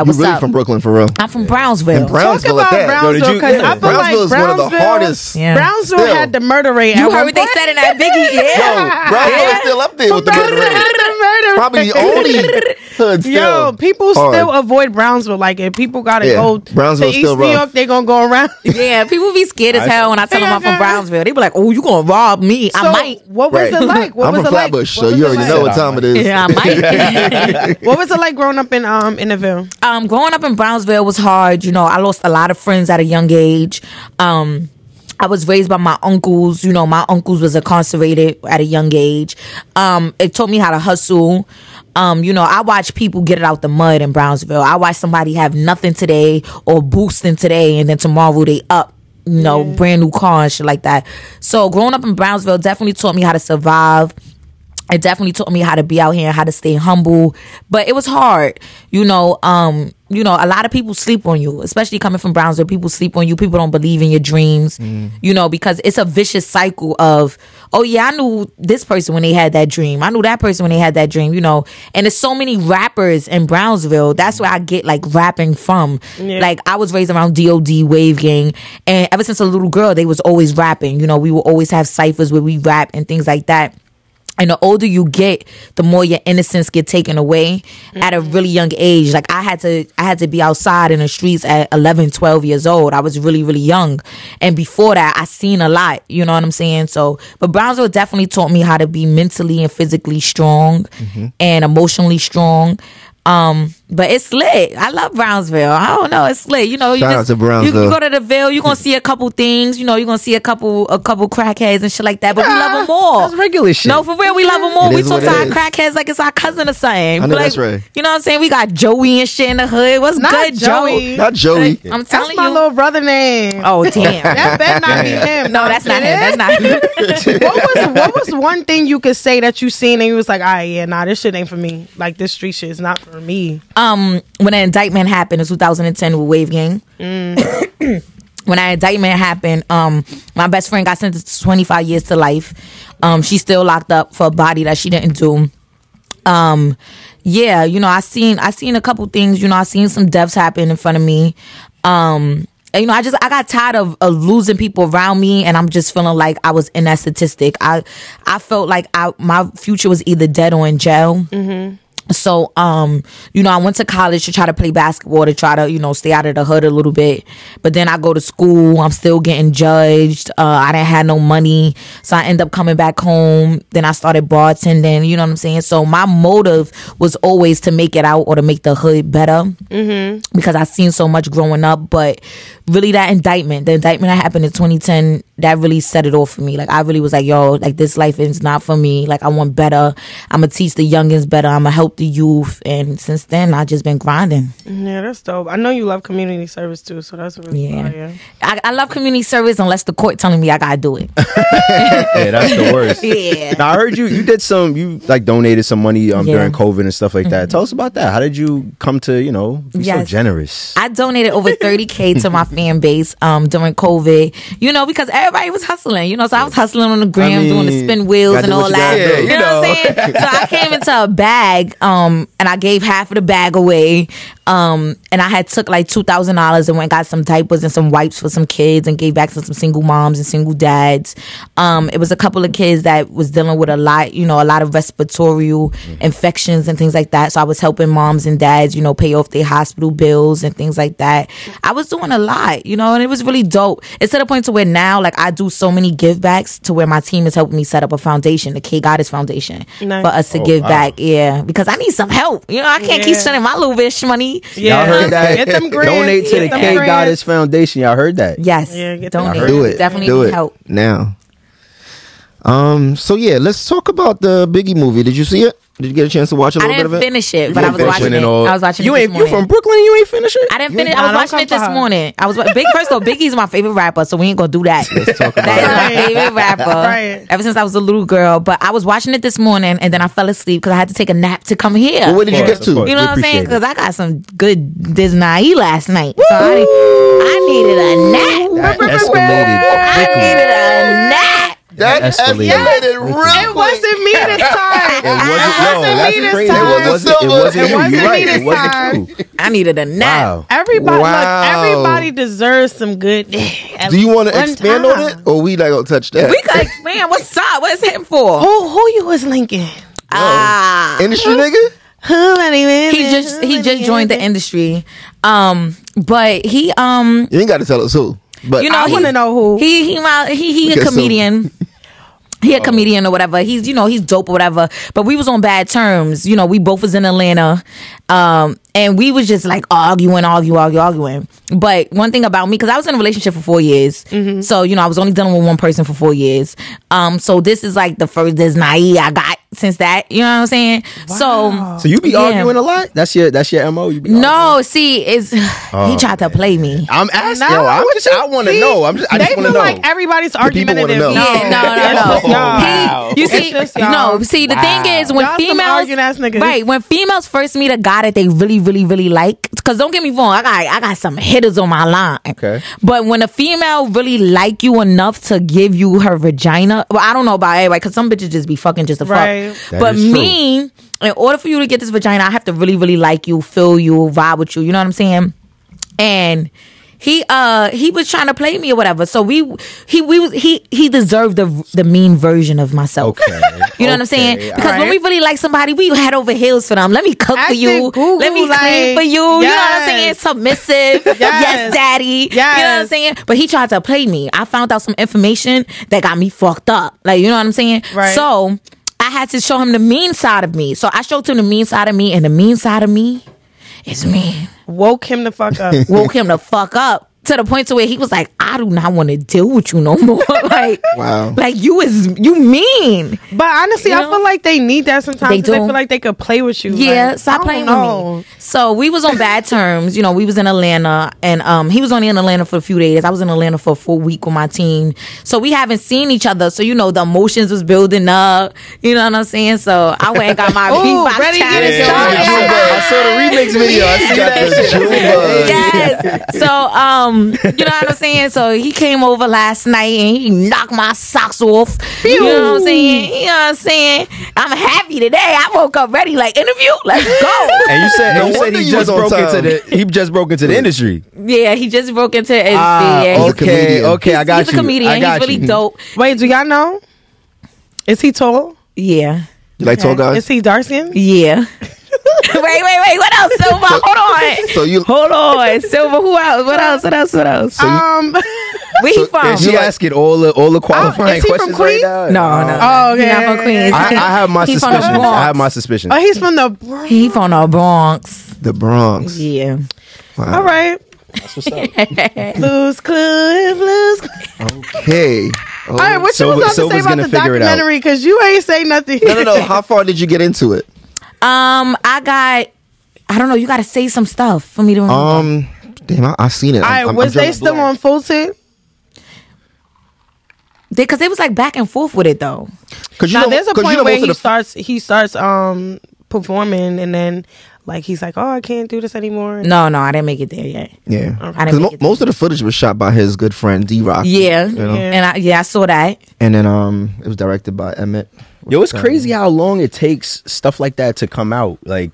Speaker 3: Mm. You
Speaker 4: What's
Speaker 3: really
Speaker 4: up?
Speaker 3: from Brooklyn for real?
Speaker 4: I'm from Brownsville.
Speaker 3: And Brownsville
Speaker 2: Talk
Speaker 3: at
Speaker 2: about
Speaker 3: that.
Speaker 1: Yo, did
Speaker 2: Brownsville
Speaker 1: you-
Speaker 2: because
Speaker 1: yeah.
Speaker 2: I feel like
Speaker 3: Brownsville is one of the
Speaker 2: Brownsville-
Speaker 3: hardest.
Speaker 4: Yeah.
Speaker 2: Brownsville
Speaker 3: Still.
Speaker 2: had the murder rate.
Speaker 4: you heard what they said in that Biggie? Yeah.
Speaker 3: Yo, Brownsville's still up there with the
Speaker 2: Brownsville
Speaker 3: murder rate.
Speaker 2: had the murder
Speaker 3: probably the only hood still.
Speaker 2: Yo, people
Speaker 3: hard.
Speaker 2: still avoid Brownsville. Like, if people gotta
Speaker 3: Yeah,
Speaker 2: go
Speaker 3: Brownsville's
Speaker 2: to East
Speaker 3: still
Speaker 2: New
Speaker 3: rough.
Speaker 2: York, they gonna go around.
Speaker 4: Yeah, people be scared as hell when I tell them I'm from Brownsville. They be like, "Oh, you gonna rob me? I
Speaker 2: So,
Speaker 4: might."
Speaker 2: What was
Speaker 3: Right.
Speaker 2: it like? What
Speaker 3: I'm
Speaker 2: was
Speaker 3: from
Speaker 2: it like?
Speaker 3: Flatbush,
Speaker 2: What
Speaker 3: so
Speaker 2: was
Speaker 3: you
Speaker 2: it
Speaker 3: already
Speaker 2: like?
Speaker 3: know what time it is.
Speaker 4: Yeah, I might.
Speaker 2: What was it like growing up in um in the Ville?
Speaker 4: um, growing up in Brownsville was hard. You know, I lost a lot of friends at a young age. Um, I was raised by my uncles. You know, my uncles was incarcerated at a young age. Um, it taught me how to hustle. Um, you know, I watched people get it out the mud in Brownsville. I watched somebody have nothing today or boosting today, and then tomorrow they up. You know, brand new car and shit like that. So growing up in Brownsville definitely taught me how to survive it definitely taught me how to be out here and how to stay humble but it was hard you know um you know a lot of people sleep on you especially coming from brownsville people sleep on you people don't believe in your dreams you know because it's a vicious cycle of oh yeah i knew this person when they had that dream i knew that person when they had that dream you know and there's so many rappers in brownsville that's where i get like rapping from like i was raised around dod wave gang and ever since a little girl they was always rapping you know we will always have ciphers where we rap and things like that and the older you get the more your innocence get taken away at a really young age like i had to i had to be outside in the streets at 11 12 years old i was really really young and before that i seen a lot you know what i'm saying so but brownsville definitely taught me how to be mentally and physically strong and emotionally strong um, but it's lit. I love Brownsville. I don't know. It's lit. You know, you
Speaker 3: Shout out
Speaker 4: just
Speaker 3: to Brownsville.
Speaker 4: You, you go to the Ville, you're gonna see a couple things. You know, you're gonna see a couple a couple crackheads and shit like that. But we love them all.
Speaker 1: That's regular shit.
Speaker 4: No, for real, we love them all.
Speaker 3: It
Speaker 4: We
Speaker 3: is
Speaker 4: talk
Speaker 3: what
Speaker 4: to
Speaker 3: it
Speaker 4: our
Speaker 3: is.
Speaker 4: crackheads like it's our cousin or something.
Speaker 3: know
Speaker 4: Like,
Speaker 3: that's right.
Speaker 4: You know what I'm saying? We got Joey and shit in the hood. What's
Speaker 2: Not
Speaker 4: good, Joey?
Speaker 2: Joey.
Speaker 3: Not Joey.
Speaker 4: I'm
Speaker 2: That's
Speaker 4: telling
Speaker 2: my
Speaker 4: you.
Speaker 2: little brother name.
Speaker 4: oh damn.
Speaker 2: That better not be him.
Speaker 4: no, that's not him.
Speaker 2: It
Speaker 4: That's
Speaker 2: is?
Speaker 4: not him.
Speaker 2: what was what was one thing you could say that you seen and you was like, all right, yeah, nah, this shit ain't for me. Like this street shit is not for me.
Speaker 4: um when an indictment happened in 2010 with Wave Gang. when an indictment happened, um my best friend got sentenced to 25 years to life. Um she's still locked up for a body that she didn't do. Um yeah, you know, I seen I seen a couple things, you know, I seen some deaths happen in front of me. Um and, you know, I just I got tired of, of losing people around me, and I'm just feeling like I was in that statistic. I I felt like I my future was either dead or in jail. So, um, you know, I went to college to try to play basketball to try to, you know, stay out of the hood a little bit. But then I go to school, I'm still getting judged. Uh, I didn't have no money, so I end up coming back home. Then I started bartending. You know what I'm saying? So my motive was always to make it out or to make the hood better because I seen so much growing up. But really, that indictment, the indictment that happened in 2010, that really set it off for me. Like I really was like, yo, like this life is not for me. Like I want better. I'm gonna teach the youngins better. I'm gonna help the youth. And since then, I just been grinding.
Speaker 2: Yeah, that's dope. I know you love community service too, so that's really
Speaker 4: Yeah.
Speaker 2: fire. yeah.
Speaker 4: I, I love community service unless the court telling me I gotta do it.
Speaker 1: yeah, that's the worst.
Speaker 4: yeah.
Speaker 1: Now, I heard you. You did some. You like donated some money um,
Speaker 4: Yeah.
Speaker 1: during
Speaker 4: Mm-hmm.
Speaker 1: COVID and stuff like that. Tell us about that. How did you come to you know be so
Speaker 4: Yes.
Speaker 1: generous?
Speaker 4: I donated over 30k to my fan base um during COVID. You know, because everybody was hustling. You know, so I was hustling on the gram,
Speaker 1: mean,
Speaker 4: doing the spin wheels
Speaker 3: gotta
Speaker 4: and
Speaker 3: do what
Speaker 4: all
Speaker 3: you
Speaker 4: that.
Speaker 3: gotta do.
Speaker 4: you know, what I'm saying? so I came into a bag, um, and I gave half of the bag away. Um, and I had took like two thousand dollars and went and got some diapers and some wipes for some kids and gave back to some single moms and single dads. Um, it was a couple of kids that was dealing with a lot, you know, a lot of respiratory infections and things like that. So I was helping moms and dads, you know, pay off their hospital bills and things like that. I was doing a lot, you know, and it was really dope. It's to the point to where now, like, I do so many give backs to where my team is helping me set up a foundation, the K Goddess Foundation,
Speaker 2: Nice.
Speaker 4: for us to
Speaker 1: Oh,
Speaker 4: give
Speaker 1: wow.
Speaker 4: back. Yeah, because I need some help. You know, I can't keep
Speaker 2: Yeah.
Speaker 4: spending my little bitch money.
Speaker 1: Y'all heard that?
Speaker 2: Get them grants.
Speaker 1: Donate to
Speaker 2: get
Speaker 1: the
Speaker 2: them
Speaker 1: K
Speaker 2: grants.
Speaker 1: Goddess Foundation. Y'all heard that?
Speaker 4: Yes,
Speaker 2: Yeah, get them
Speaker 4: donate.
Speaker 2: grants.
Speaker 3: Do it.
Speaker 4: Definitely
Speaker 3: do
Speaker 4: need
Speaker 3: it
Speaker 4: help.
Speaker 3: now. Um. So yeah, let's talk about the Biggie movie. Did you see it? Did you get a chance to watch a
Speaker 4: I
Speaker 3: little bit
Speaker 4: didn't
Speaker 3: of it?
Speaker 4: finish it,
Speaker 1: You
Speaker 4: but I
Speaker 1: ain't
Speaker 4: was
Speaker 1: finishing
Speaker 4: watching
Speaker 1: it
Speaker 4: it.
Speaker 1: all.
Speaker 4: I was watching
Speaker 1: You
Speaker 4: it. this
Speaker 1: ain't you
Speaker 4: morning.
Speaker 1: from Brooklyn? You ain't finish it.
Speaker 4: I didn't finish.
Speaker 2: ain't-
Speaker 4: I was
Speaker 2: Nah,
Speaker 4: watching it
Speaker 2: don't come
Speaker 4: this
Speaker 2: for her.
Speaker 4: morning. I was wa- big. First of all, Biggie is my favorite rapper, so we ain't gonna do that. Let's
Speaker 3: talk about
Speaker 2: it.
Speaker 4: that is my favorite rapper.
Speaker 2: Right.
Speaker 4: Ever since I was a little girl, but I was watching it this morning, and then I fell asleep because I had to take a nap to come here.
Speaker 3: Well, where did you
Speaker 1: Of
Speaker 3: get
Speaker 1: course, of
Speaker 3: to?
Speaker 1: course.
Speaker 4: you know
Speaker 1: We
Speaker 4: what I'm saying?
Speaker 1: appreciate it.
Speaker 4: Because I got some good Disney last night, so I, I needed a nap.
Speaker 1: That escalated
Speaker 4: I
Speaker 1: quickly.
Speaker 4: needed a nap.
Speaker 3: That
Speaker 1: escalated.
Speaker 3: real
Speaker 2: It wasn't me this time.
Speaker 1: It wasn't,
Speaker 2: It
Speaker 1: no,
Speaker 2: wasn't
Speaker 1: that's
Speaker 2: me this
Speaker 1: crazy.
Speaker 2: time.
Speaker 1: It wasn't, it wasn't
Speaker 2: It
Speaker 1: you.
Speaker 2: wasn't
Speaker 1: You're
Speaker 2: me
Speaker 1: right.
Speaker 2: this
Speaker 1: It wasn't
Speaker 2: time.
Speaker 1: you.
Speaker 4: I needed a nap.
Speaker 1: Wow.
Speaker 2: Everybody,
Speaker 3: Wow.
Speaker 2: look, everybody deserves some good. Do
Speaker 3: Do you want to expand on it, or we like gonna touch that?
Speaker 4: We could expand. What's up? What's him for?
Speaker 2: Who who you was linking?
Speaker 4: Ah.
Speaker 3: Industry nigga?
Speaker 2: Who many women?
Speaker 4: he just
Speaker 2: Who
Speaker 4: he
Speaker 2: many
Speaker 4: just joined the
Speaker 2: women?
Speaker 4: industry. Um, but he um
Speaker 3: You ain't got to tell us who. But
Speaker 4: you know
Speaker 2: I
Speaker 4: he-
Speaker 2: wanna know who.
Speaker 4: he he my- he he
Speaker 3: Oh. Okay,
Speaker 4: a
Speaker 3: so- Oh.
Speaker 4: comedian. He a comedian or whatever. He's you know he's dope or whatever. But we was on bad terms. You know we both was in Atlanta, um, and we was just like arguing, arguing, arguing, arguing. But one thing about me, because I was in a relationship for four years,
Speaker 3: Mm-hmm.
Speaker 4: so you know I was only dealing with one person for four years. Um, so this is like the first this naive I got since that. You know what I'm saying? So
Speaker 1: So you be
Speaker 4: Yeah.
Speaker 1: arguing a lot. That's your that's your mo. You be arguing.
Speaker 4: no, see, it's
Speaker 3: Oh.
Speaker 4: he tried to play me.
Speaker 1: I'm asking.
Speaker 2: No,
Speaker 1: yo, I'm
Speaker 2: what
Speaker 1: just.
Speaker 2: you
Speaker 1: I want to
Speaker 2: see?
Speaker 1: know. I'm just. I
Speaker 2: they
Speaker 1: just want
Speaker 2: feel
Speaker 1: to know.
Speaker 2: like everybody's
Speaker 3: people wanna
Speaker 2: argumentative.
Speaker 3: know.
Speaker 2: now.
Speaker 4: Yeah, no, no,
Speaker 2: That's
Speaker 4: no.
Speaker 2: just y'all.
Speaker 1: Wow.
Speaker 4: You
Speaker 2: It's
Speaker 4: see,
Speaker 2: just y'all.
Speaker 4: no, see, the thing is, when
Speaker 2: Y'all some
Speaker 4: females,
Speaker 2: arguing-ass niggas.
Speaker 4: right, when females first meet a guy that they really, really, really like, because don't get me wrong, I got, I got some hitters on my line.
Speaker 1: Okay.
Speaker 4: But when a female really like you enough to give you her vagina, well, I don't know about everybody, because some bitches just be fucking just to
Speaker 2: Right.
Speaker 4: fuck.
Speaker 1: That
Speaker 4: but
Speaker 1: is true.
Speaker 4: me, in order for you to get this vagina, I have to really, really like you, feel you, vibe with you. You know what I'm saying? and he uh he was trying to play me or whatever. So we he we was he he deserved the the mean version of myself.
Speaker 1: Okay.
Speaker 4: You know what I'm saying?
Speaker 1: Okay,
Speaker 4: Because when
Speaker 2: alright.
Speaker 4: we really like somebody, we head over heels for them. Let me cook for
Speaker 2: Acting
Speaker 4: you.
Speaker 2: goo-goo,
Speaker 4: Let me clean
Speaker 2: like,
Speaker 4: for you. You know what I'm
Speaker 2: yes.
Speaker 4: saying? Submissive. yes. daddy. You know what I'm
Speaker 2: Yes.
Speaker 4: saying? But he tried to play me. I found out some information that got me fucked up. Like you know what I'm saying?
Speaker 2: Right.
Speaker 4: So I had to show him the mean side of me. So I showed him the mean side of me, and the mean side of me is mean
Speaker 2: Woke him the fuck up.
Speaker 4: woke him the fuck up to the point to where he was like, I do not want to deal with you no more. like,
Speaker 3: Wow.
Speaker 4: like you is you mean?
Speaker 2: But honestly,
Speaker 4: You
Speaker 2: I
Speaker 4: know?
Speaker 2: feel like they need that sometimes.
Speaker 4: They
Speaker 2: 'cause They,
Speaker 4: do.
Speaker 2: feel like they could play with you.
Speaker 4: Yeah,
Speaker 2: like, I
Speaker 4: stop
Speaker 2: don't
Speaker 4: playing
Speaker 2: know.
Speaker 4: with me. So we was on bad terms. You know, we was in Atlanta, and um, he was only in Atlanta for a few days. I was in Atlanta for a full week with my team. So we haven't seen each other. So you know, the emotions was building up. You know what I'm saying? So I went and got my
Speaker 2: Ooh,
Speaker 4: beatbox
Speaker 2: ready to
Speaker 4: challenge.
Speaker 2: get
Speaker 4: on.
Speaker 2: started.
Speaker 4: Yeah.
Speaker 1: I saw the remix video. I see that shit.
Speaker 4: Yes. So, um, you know what I'm saying? So he came over last night and he knocked my socks off. You know what I'm saying? You know what I'm saying? I'm happy today. I woke up ready, like interview, let's go.
Speaker 1: And you said, and you said
Speaker 3: wonder
Speaker 1: he
Speaker 3: you
Speaker 1: just
Speaker 3: was on
Speaker 1: broke into
Speaker 3: time.
Speaker 1: the he just broke into the industry.
Speaker 4: yeah, he just broke into his
Speaker 1: Ah,
Speaker 4: yeah, he's-
Speaker 3: okay. comedian.
Speaker 1: I got
Speaker 4: he's
Speaker 1: you.
Speaker 4: a comedian.
Speaker 1: I got
Speaker 4: he's really
Speaker 1: you.
Speaker 4: dope.
Speaker 2: Wait, do y'all know? Is he tall?
Speaker 4: Yeah.
Speaker 3: you like tall
Speaker 2: Is
Speaker 3: guys?
Speaker 2: he Darcian?
Speaker 4: Yeah. wait, wait, wait. What else, Silver? Hold on.
Speaker 3: So you
Speaker 4: Hold on, Silver. Who else? What else? What else? What else?
Speaker 2: Um.
Speaker 4: Where he
Speaker 3: so-
Speaker 4: from?
Speaker 1: And she
Speaker 3: You like-
Speaker 1: asking all the all the qualifying
Speaker 2: is he from
Speaker 1: questions
Speaker 2: Queens?
Speaker 1: right now.
Speaker 4: No, no.
Speaker 2: Oh,
Speaker 4: He
Speaker 2: okay.
Speaker 4: not from Queens.
Speaker 1: I, I have my
Speaker 4: He from the
Speaker 1: suspicions. I have my
Speaker 4: Bronx.
Speaker 1: suspicions.
Speaker 2: oh, he's from the. Bronx.
Speaker 4: He from the Bronx.
Speaker 3: the Bronx.
Speaker 4: Yeah.
Speaker 2: All right. Blues Clues, Blues. Clues.
Speaker 3: Okay. Oh.
Speaker 2: All right, what
Speaker 1: Silver-
Speaker 2: you was about to say
Speaker 1: Silver's
Speaker 2: about
Speaker 1: gonna
Speaker 2: the
Speaker 1: figure it out.
Speaker 2: documentary? Because you ain't say nothing.
Speaker 3: No, no, no. How far did you get into it?
Speaker 4: Um, I got. I don't know. You got to say some stuff for me to remember.
Speaker 1: Uh-huh.
Speaker 3: Um, damn, I, I seen it.
Speaker 2: All right, was they still on Fulton?
Speaker 4: because it was like back and forth with it though.
Speaker 3: Because you
Speaker 2: Now
Speaker 3: know,
Speaker 2: there's a
Speaker 3: 'cause you
Speaker 2: point
Speaker 3: know
Speaker 2: where
Speaker 3: most of
Speaker 2: he
Speaker 3: the-
Speaker 2: starts. He starts um performing, and then like he's like, "Oh, I can't do this anymore."
Speaker 4: No, no, I didn't make it there yet.
Speaker 3: Yeah,
Speaker 4: I didn't
Speaker 3: because
Speaker 4: make it.
Speaker 3: most of the footage was shot by his good friend D Rock.
Speaker 4: Yeah,
Speaker 3: know?
Speaker 2: Yeah.
Speaker 4: and I yeah I saw that.
Speaker 3: and then um, it was directed by Emmett.
Speaker 1: Yo, it's crazy how long it takes stuff like that to come out. Like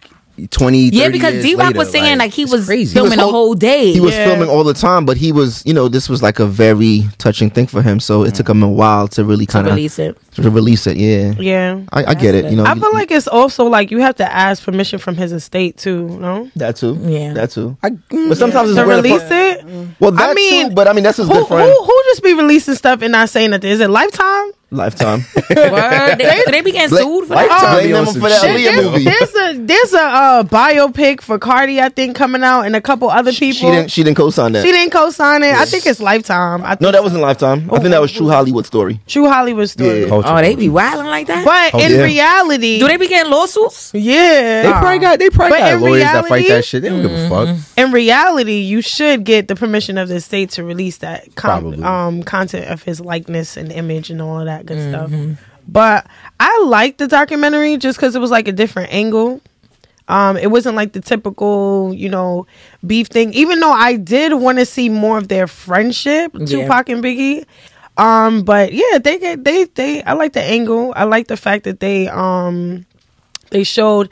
Speaker 1: 20,
Speaker 4: Yeah,
Speaker 1: 30
Speaker 4: because
Speaker 1: years
Speaker 4: D Rock
Speaker 1: later,
Speaker 4: was saying like he
Speaker 1: it's
Speaker 4: was
Speaker 1: crazy.
Speaker 4: filming
Speaker 3: He was
Speaker 4: the whole day.
Speaker 3: He was
Speaker 2: Yeah.
Speaker 3: filming all the time, but he was, you know, this was like a very touching thing for him. So it took him a while to really kind of
Speaker 4: release it.
Speaker 3: To release it, yeah.
Speaker 2: Yeah.
Speaker 3: I, I get it. You know,
Speaker 2: I feel like it's also like you have to ask permission from his estate too, no?
Speaker 3: that too.
Speaker 4: Yeah.
Speaker 3: that too.
Speaker 1: I- mm.
Speaker 3: but sometimes
Speaker 2: To
Speaker 3: it's weird.
Speaker 2: release it?
Speaker 3: Well, that
Speaker 2: I mean,
Speaker 3: too, but I mean that's his
Speaker 2: Who,
Speaker 3: good friend.
Speaker 2: who who just be releasing stuff and not saying nothing? Is it Lifetime?
Speaker 3: Lifetime.
Speaker 4: Word. They, they be getting sued for that.
Speaker 1: Lifetime
Speaker 3: Lifetime
Speaker 1: be
Speaker 3: blame
Speaker 1: on
Speaker 3: them
Speaker 1: some
Speaker 3: for that
Speaker 1: shit.
Speaker 3: Aaliyah
Speaker 2: There's,
Speaker 3: movie.
Speaker 2: there's a there's a uh, biopic for Cardi, I think, coming out, and a couple other people.
Speaker 3: She didn't. She didn't co-sign that.
Speaker 2: co-sign it. I think it's Lifetime. I think
Speaker 3: No, that wasn't Lifetime. I think that was True Hollywood Story.
Speaker 2: True Hollywood story.
Speaker 1: Culture.
Speaker 4: Oh, they be wilding like that.
Speaker 2: But in
Speaker 1: yeah.
Speaker 2: reality,
Speaker 4: Do they be getting lawsuits?
Speaker 2: yeah,
Speaker 1: They probably got they probably
Speaker 2: But
Speaker 1: got
Speaker 2: in
Speaker 1: lawyers that fight
Speaker 2: reality-
Speaker 1: that shit. They don't give a fuck.
Speaker 2: in reality, you should get the permission of the state to release that
Speaker 1: Probably.
Speaker 2: com- um, content of his likeness and image and all of that good stuff. But I liked the documentary just because it was like a different angle. Um, it wasn't like the typical, you know, beef thing. Even though I did want to see more of their friendship, Tupac and Biggie. Um, but yeah, they get they they. I like the angle. I like the fact that they um they showed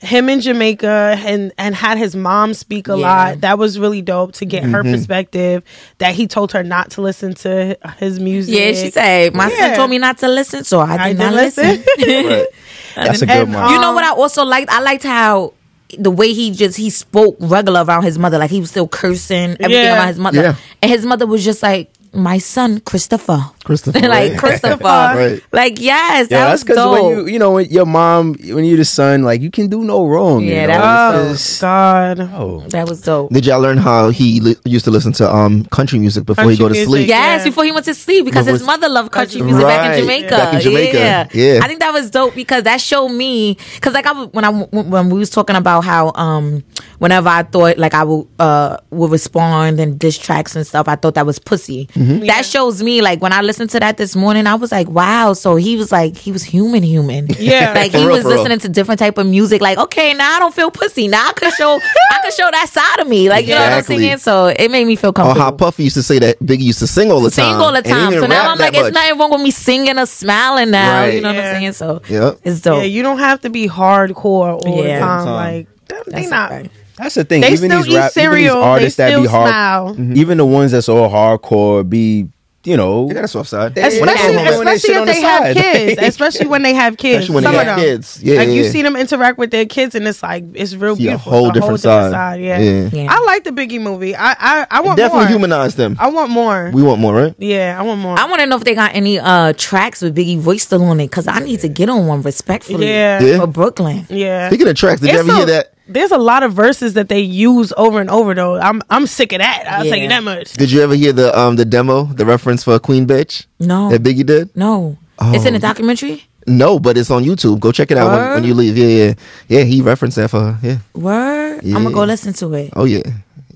Speaker 2: him in Jamaica and and had his mom speak a
Speaker 4: Yeah.
Speaker 2: lot. That was really dope to get her perspective. That he told her not to listen to his music.
Speaker 4: Yeah, she said my
Speaker 2: Yeah.
Speaker 4: son told me not to listen, so I did
Speaker 2: I
Speaker 4: not
Speaker 2: didn't
Speaker 4: listen.
Speaker 2: listen.
Speaker 1: That's a
Speaker 2: And-
Speaker 1: good
Speaker 2: and,
Speaker 1: one.
Speaker 2: um,
Speaker 4: you know what? I also liked. I liked how the way he just he spoke regular around his mother, like he was still cursing everything
Speaker 2: Yeah.
Speaker 4: about his mother,
Speaker 3: Yeah.
Speaker 4: and his mother was just like. My son Christopher,
Speaker 3: Christopher,
Speaker 4: like
Speaker 3: right.
Speaker 4: Christopher,
Speaker 3: Right.
Speaker 4: like yes,
Speaker 1: Yeah,
Speaker 4: that
Speaker 1: that's
Speaker 4: was
Speaker 1: because
Speaker 4: dope.
Speaker 1: when you you know when your mom when you're the son like you can do no wrong.
Speaker 4: Yeah,
Speaker 1: you know?
Speaker 4: that
Speaker 2: Oh
Speaker 1: It's just-
Speaker 2: God.
Speaker 1: oh.
Speaker 4: that was dope.
Speaker 3: Did y'all learn how he li- used to listen to um country music before he go to
Speaker 2: Country music.
Speaker 3: sleep?
Speaker 2: Yeah.
Speaker 4: Yes, before he went to sleep because his
Speaker 3: was-
Speaker 4: mother loved country music back
Speaker 3: Right,
Speaker 4: in Jamaica.
Speaker 3: back in Jamaica.
Speaker 4: Yeah.
Speaker 3: Yeah.
Speaker 4: I think that was dope because that showed me because like I would- when I when we was talking about how um whenever I thought like I would uh would respond and diss tracks and stuff I thought that was pussy.
Speaker 3: Mm-hmm.
Speaker 4: That shows me like when I listened to that this morning I was like wow so he was like he was human human
Speaker 2: Yeah.
Speaker 4: like
Speaker 3: For
Speaker 4: he
Speaker 3: real,
Speaker 4: was
Speaker 3: for real.
Speaker 4: listening to different type of music like okay now I don't feel pussy now I could show I could show that side of me like you know what I'm
Speaker 3: Exactly.
Speaker 4: saying so it made me feel
Speaker 3: Or
Speaker 4: comfortable
Speaker 3: Oh, how Puffy used to say that Biggie used to sing all the time.
Speaker 4: sing all the
Speaker 3: and he
Speaker 4: time.
Speaker 3: didn't
Speaker 4: So now
Speaker 3: rap
Speaker 4: I'm
Speaker 3: that
Speaker 4: like,
Speaker 3: much.
Speaker 4: it's nothing wrong with me singing or smiling now.
Speaker 3: Right.
Speaker 4: You know what
Speaker 2: Yeah.
Speaker 4: I'm saying? So
Speaker 3: Yep.
Speaker 4: it's dope.
Speaker 2: Yeah, you don't have to be hardcore all the
Speaker 4: Yeah.
Speaker 2: time.
Speaker 3: All the time.
Speaker 2: Like them,
Speaker 4: That's
Speaker 2: they
Speaker 4: a
Speaker 2: not.
Speaker 4: fact.
Speaker 1: That's the thing.
Speaker 2: They
Speaker 1: even
Speaker 2: still
Speaker 1: these
Speaker 2: eat
Speaker 1: rap, even these
Speaker 2: cereal, they
Speaker 1: artists that be
Speaker 2: still
Speaker 1: hard,
Speaker 2: smile.
Speaker 1: even the ones that's all hardcore, be Mm-hmm. you know,
Speaker 3: They got a soft side.
Speaker 1: Especially-
Speaker 3: When I go
Speaker 2: Especially,
Speaker 3: home,
Speaker 1: doing that
Speaker 2: especially
Speaker 1: shit
Speaker 2: if
Speaker 1: on the
Speaker 2: they have
Speaker 1: side.
Speaker 2: kids. Especially when they have kids.
Speaker 3: Especially when they
Speaker 2: Some of
Speaker 3: have
Speaker 2: them.
Speaker 3: kids. Yeah,
Speaker 2: like
Speaker 3: yeah,
Speaker 2: you
Speaker 3: yeah.
Speaker 2: see them interact with their kids, and it's like it's real
Speaker 3: See a
Speaker 2: beautiful.
Speaker 3: whole
Speaker 2: It's
Speaker 3: different side.
Speaker 2: Yeah.
Speaker 3: Yeah.
Speaker 4: Yeah.
Speaker 2: I like the Biggie movie. I I, I want
Speaker 3: definitely
Speaker 2: more.
Speaker 3: humanize them.
Speaker 2: I want more.
Speaker 3: we want more, right?
Speaker 2: yeah, I want more.
Speaker 4: I want to know if they got any uh tracks with Biggie voice still on it because I need to get on one respectfully
Speaker 2: Yeah.
Speaker 3: Yeah.
Speaker 4: for Brooklyn.
Speaker 2: yeah.
Speaker 3: Speaking of tracks, did you
Speaker 2: It's
Speaker 3: ever
Speaker 2: a-
Speaker 3: hear that?
Speaker 2: There's a lot of verses that they use over and over though. I'm I'm sick of that. I'll
Speaker 4: Yeah.
Speaker 2: tell you that much.
Speaker 3: Did you ever hear the um the demo, the reference for Queen Bitch
Speaker 4: No,
Speaker 3: that Biggie Oh. did?
Speaker 4: no, it's in a documentary.
Speaker 3: No, but it's on YouTube. Go check it out when,
Speaker 4: Word?
Speaker 3: when you leave. Yeah, yeah, yeah. He referenced that for her. Yeah.
Speaker 4: Word, I'm gonna go listen to it.
Speaker 3: Oh yeah.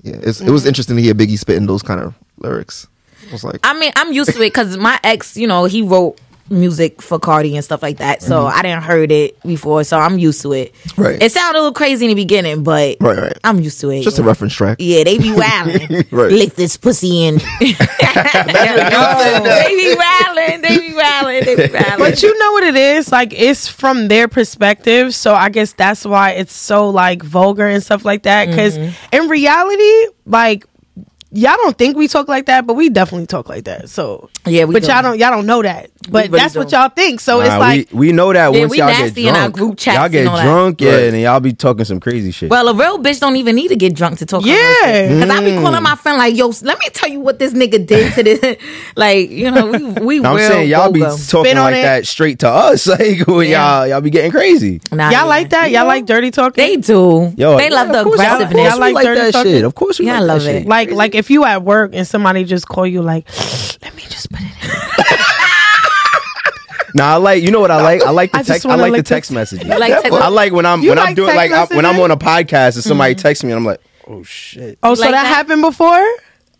Speaker 3: Yeah. It's, It
Speaker 4: Mm.
Speaker 3: was interesting to hear Biggie spitting those kind of lyrics. I was like,
Speaker 4: I mean, I'm used to it because my ex, you know, he wrote music for Cardi and stuff like that, so I didn't heard it before, so I'm used to it.
Speaker 3: Mm-hmm. Right.
Speaker 4: It sounded a little crazy in the beginning, but
Speaker 3: Right, right.
Speaker 4: I'm used to it.
Speaker 3: just a
Speaker 4: yeah.
Speaker 3: reference track.
Speaker 4: Yeah, they be wildin'.
Speaker 3: Right.
Speaker 4: Lick this pussy in. they be wildin'. They be wildin'. They be wildin'.
Speaker 2: But you know what it is? Like it's from their perspective, so I guess that's why it's so like vulgar and stuff like that. Because in reality, like y'all don't think we talk like that, but we definitely talk like that. So
Speaker 4: Yeah, we
Speaker 2: but y'all
Speaker 4: do.
Speaker 2: don't y'all don't know that. But
Speaker 4: really
Speaker 2: that's what
Speaker 4: don't.
Speaker 2: y'all think. So
Speaker 1: Nah,
Speaker 2: it's like
Speaker 1: we, we know that
Speaker 4: Yeah,
Speaker 1: once
Speaker 4: we
Speaker 1: y'all get
Speaker 4: nasty in
Speaker 1: drunk,
Speaker 4: our group chats
Speaker 1: y'all get
Speaker 4: and all that.
Speaker 1: drunk, yeah,
Speaker 3: Right.
Speaker 1: and then y'all be talking some crazy shit.
Speaker 4: well, a real bitch don't even need to get drunk to talk.
Speaker 2: Yeah.
Speaker 4: because I
Speaker 1: Mm.
Speaker 4: be calling my friend like, "Yo, let me tell you what this nigga did to this." like, you know, we we
Speaker 1: I'm
Speaker 4: real
Speaker 1: saying y'all be
Speaker 4: vulgar.
Speaker 1: talking
Speaker 2: Spit on
Speaker 1: like
Speaker 2: it.
Speaker 1: that straight to us, like when
Speaker 4: Yeah.
Speaker 1: y'all y'all be getting crazy.
Speaker 4: Nah,
Speaker 2: y'all
Speaker 4: yeah.
Speaker 2: like that. Y'all like dirty talking.
Speaker 4: They do.
Speaker 1: Yo,
Speaker 4: they love
Speaker 1: yeah,
Speaker 4: the
Speaker 1: of course, y'all-
Speaker 4: aggressiveness.
Speaker 1: Of
Speaker 2: Y'all
Speaker 1: course we
Speaker 2: like
Speaker 1: like
Speaker 2: dirty
Speaker 1: that
Speaker 2: talking?
Speaker 1: shit. Of course we
Speaker 4: Yeah, I
Speaker 1: like
Speaker 4: love
Speaker 1: that shit.
Speaker 4: it.
Speaker 2: like like if you at work and somebody just call you like, let me just put it in.
Speaker 1: Nah, I like you know what I like. I like the
Speaker 2: I just
Speaker 1: text. I
Speaker 2: wanna
Speaker 1: like the
Speaker 2: like
Speaker 1: text
Speaker 2: text-
Speaker 1: messages.
Speaker 4: You like text- Mm-hmm.
Speaker 1: I like when I'm
Speaker 2: You
Speaker 1: when I'm
Speaker 2: like
Speaker 1: doing like
Speaker 2: text
Speaker 1: I, when I'm
Speaker 2: messages?
Speaker 1: on a podcast and somebody texts me and I'm like, oh shit.
Speaker 2: Oh,
Speaker 4: You
Speaker 2: so
Speaker 4: like
Speaker 2: that,
Speaker 4: that?
Speaker 2: happened before?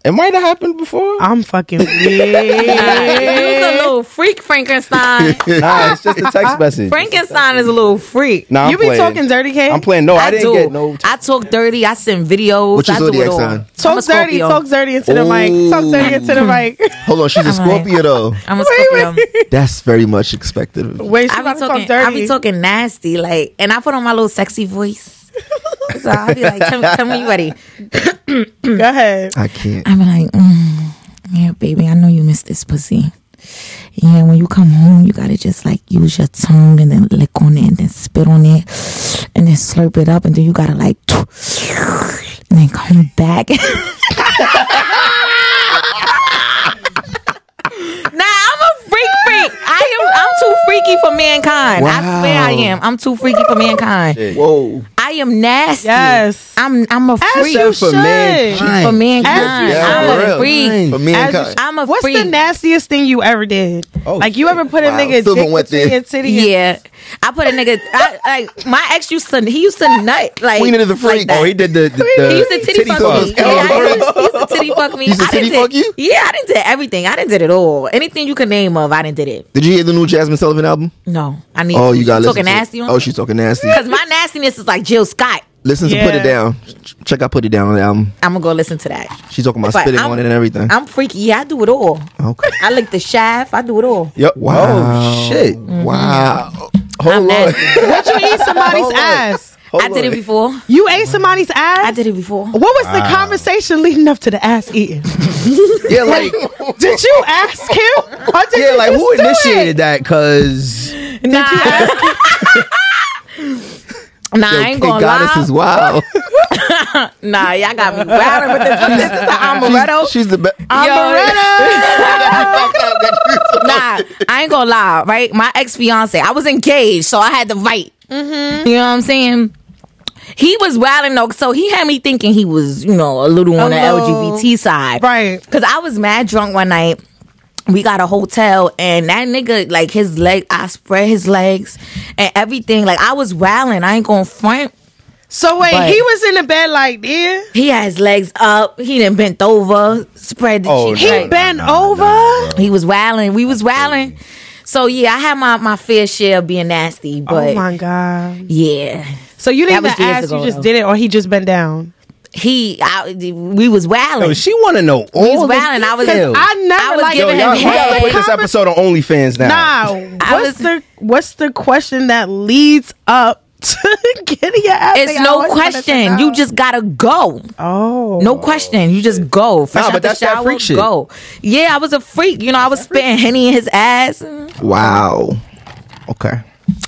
Speaker 1: It might have happened before.
Speaker 2: I'm fucking
Speaker 4: Nah,
Speaker 2: weird.
Speaker 4: you's a little freak, Frankenstein.
Speaker 1: nah, it's just a text message.
Speaker 4: Frankenstein is a little freak.
Speaker 1: Nah, I'm
Speaker 2: you be
Speaker 1: playing.
Speaker 2: talking dirty, K.
Speaker 1: I'm playing. No, I, didn't
Speaker 4: do.
Speaker 1: get no.
Speaker 4: I talk dirty. I send videos.
Speaker 3: What's your
Speaker 4: I do
Speaker 3: zodiac
Speaker 4: it all.
Speaker 3: sign?
Speaker 4: I'm a
Speaker 2: Talk dirty,
Speaker 4: Scorpio.
Speaker 2: talk dirty into the mic. Talk dirty into the mic.
Speaker 3: Hold on, she's a
Speaker 4: I'm like-
Speaker 3: Scorpio though.
Speaker 4: I'm a Scorpio.
Speaker 3: That's very much expected. of you.
Speaker 2: Wait, she
Speaker 4: I
Speaker 2: about
Speaker 4: be
Speaker 2: to talk
Speaker 4: talking. I be
Speaker 2: dirty.
Speaker 4: talking nasty, like, and I put on my little sexy voice. so I be like, tell, tell me you ready.
Speaker 2: Go ahead.
Speaker 3: I can't.
Speaker 4: I be like, mm, yeah, baby, I know you miss this pussy. Yeah, when you come home, you gotta just like use your tongue and then lick on it and then spit on it and then slurp it up and then you gotta like and then come back. nah, I'm a freak freak. I am I'm too freaky for mankind. I swear I am. I'm too freaky for mankind.
Speaker 3: Whoa.
Speaker 4: I am nasty.
Speaker 2: Yes.
Speaker 4: I'm I'm a freak
Speaker 2: you
Speaker 1: for
Speaker 2: should.
Speaker 1: mankind.
Speaker 4: for mankind.
Speaker 2: As you
Speaker 4: I'm
Speaker 2: should.
Speaker 4: a freak.
Speaker 3: For
Speaker 2: As you
Speaker 3: mankind.
Speaker 4: I'm a
Speaker 2: What's
Speaker 4: freak.
Speaker 2: the nastiest thing you ever did?
Speaker 1: Oh,
Speaker 2: like you ever put a
Speaker 3: Wow,
Speaker 2: nigga
Speaker 3: Silver
Speaker 2: dick
Speaker 3: went
Speaker 2: between
Speaker 3: there.
Speaker 2: your titty? and-
Speaker 4: Yeah, I put a nigga. I, like my ex used to, he used to nut like
Speaker 3: Queen of the freak.
Speaker 4: Like that.
Speaker 1: Oh, he did the. the, the
Speaker 4: he used to titty, fuck
Speaker 1: fuck.
Speaker 4: me. Yeah,
Speaker 3: Oh,
Speaker 4: I
Speaker 3: word.
Speaker 4: did- he used to titty fuck me.
Speaker 3: He used to
Speaker 4: I didn't
Speaker 3: titty fuck
Speaker 4: did-
Speaker 3: you?
Speaker 4: Yeah, I didn't did everything. I didn't did it all. Anything you could name of, I didn't did it.
Speaker 3: Did you hear the new Jasmine Sullivan album?
Speaker 4: No, I need.
Speaker 3: Oh,
Speaker 4: to.
Speaker 3: you got to
Speaker 4: talking nasty on.
Speaker 3: Oh, she's talking nasty.
Speaker 4: because my nastiness is like Jill Scott.
Speaker 3: Listen to Put It
Speaker 2: Yeah.
Speaker 3: Down. Ch- Check out Put It Down on the album.
Speaker 4: I'm gonna go listen to that.
Speaker 3: She's talking about
Speaker 4: But
Speaker 3: spitting
Speaker 4: I'm-
Speaker 3: on it and everything.
Speaker 4: I'm freaky. Yeah, I do it all.
Speaker 3: okay.
Speaker 4: I lick the shaft. I do it all.
Speaker 1: Yep.
Speaker 3: Wow.
Speaker 1: Oh shit.
Speaker 3: Wow.
Speaker 1: Hold
Speaker 4: Mm-hmm. I'm
Speaker 1: on.
Speaker 4: nasty.
Speaker 2: Would you eat somebody's ass?
Speaker 4: I did it before.
Speaker 2: You ate somebody's ass.
Speaker 4: Oh, I did it before.
Speaker 2: What was the conversation leading up to the ass eating?
Speaker 1: Yeah, like
Speaker 2: did you ask him? Or did
Speaker 1: yeah,
Speaker 2: you
Speaker 1: like
Speaker 2: just
Speaker 1: who
Speaker 2: do
Speaker 1: initiated that? Cause
Speaker 2: It? Did you ask him?
Speaker 4: Nah, I ain't gonna
Speaker 3: goddess
Speaker 4: lie.
Speaker 3: is wild.
Speaker 4: Nah, y'all got me wilding with this. This is the amaretto.
Speaker 3: she's, she's the best.
Speaker 4: Ah. Oh, nah, I ain't gonna lie, right? My ex fiance, I was engaged, so I had to fight.
Speaker 2: Mm-hmm.
Speaker 4: You know what I'm saying? He was wilding though, so he had me thinking he was, you know, a little on the
Speaker 2: Hello.
Speaker 4: LGBT side,
Speaker 2: Right.
Speaker 4: Because I was mad drunk one night. We got a hotel, and that nigga, like his leg, I spread his legs and everything. Like I was wilding. I ain't gonna front.
Speaker 2: So wait,
Speaker 4: But-
Speaker 2: he was in the bed like yeah.
Speaker 4: He had his legs up. He didn't bent over, spread the
Speaker 1: Oh,
Speaker 4: cheek.
Speaker 2: He
Speaker 4: Like,
Speaker 2: bent over.
Speaker 4: He was wilding. We was wilding. So yeah, I had my, my fair share of being nasty, but
Speaker 2: oh my god!
Speaker 4: yeah,
Speaker 2: So you didn't
Speaker 4: That was
Speaker 2: even
Speaker 4: years
Speaker 2: ask.
Speaker 4: ago,
Speaker 2: you just
Speaker 4: though.
Speaker 2: did it, or he just bent down.
Speaker 4: he I, we was wilding.
Speaker 1: yo, she want to know all
Speaker 4: we was
Speaker 1: the
Speaker 4: wilding. I was
Speaker 1: details.
Speaker 2: I never
Speaker 4: I was
Speaker 2: liked
Speaker 1: Yo,
Speaker 4: giving
Speaker 2: it.
Speaker 1: y'all,
Speaker 4: him
Speaker 1: we gotta
Speaker 4: head.
Speaker 1: put this episode on OnlyFans now.
Speaker 2: Nah.
Speaker 4: I
Speaker 2: What's
Speaker 4: was-
Speaker 2: the What's the question that leads up to getting your ass?
Speaker 4: It's
Speaker 2: I
Speaker 4: no
Speaker 2: always wanted to
Speaker 4: question.
Speaker 2: know.
Speaker 4: You just gotta go.
Speaker 2: oh
Speaker 4: No question. You just go. Fresh
Speaker 1: Nah,
Speaker 4: out
Speaker 1: but
Speaker 4: the
Speaker 1: that's that
Speaker 4: shower,
Speaker 1: freak shit.
Speaker 4: go. Yeah, I was a freak. You know, I was spitting henny in his ass. But
Speaker 3: Wow. Okay.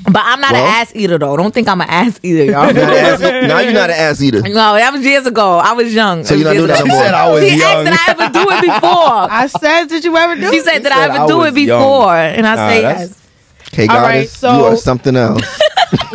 Speaker 4: I'm not
Speaker 3: Well.
Speaker 4: an ass eater though. Don't think I'm an ass eater, y'all.
Speaker 3: Not an ass- now you're not an ass eater.
Speaker 4: No, that was years ago. I was young.
Speaker 3: So
Speaker 4: It
Speaker 3: you
Speaker 4: was
Speaker 3: don't do
Speaker 4: years
Speaker 3: that
Speaker 4: ago.
Speaker 3: no more.
Speaker 1: She said I was
Speaker 4: She
Speaker 1: young.
Speaker 4: asked that I ever do it before.
Speaker 2: I said, did you ever do?
Speaker 4: She
Speaker 2: it?
Speaker 4: said, "Did I
Speaker 1: said
Speaker 4: ever
Speaker 1: I
Speaker 4: do
Speaker 1: was
Speaker 4: it before?"
Speaker 1: young.
Speaker 4: And I
Speaker 1: Nah,
Speaker 4: say,
Speaker 1: that's-
Speaker 4: "Yes."
Speaker 3: Okay,
Speaker 2: All right,
Speaker 3: goddess,
Speaker 2: so-
Speaker 3: you are something else.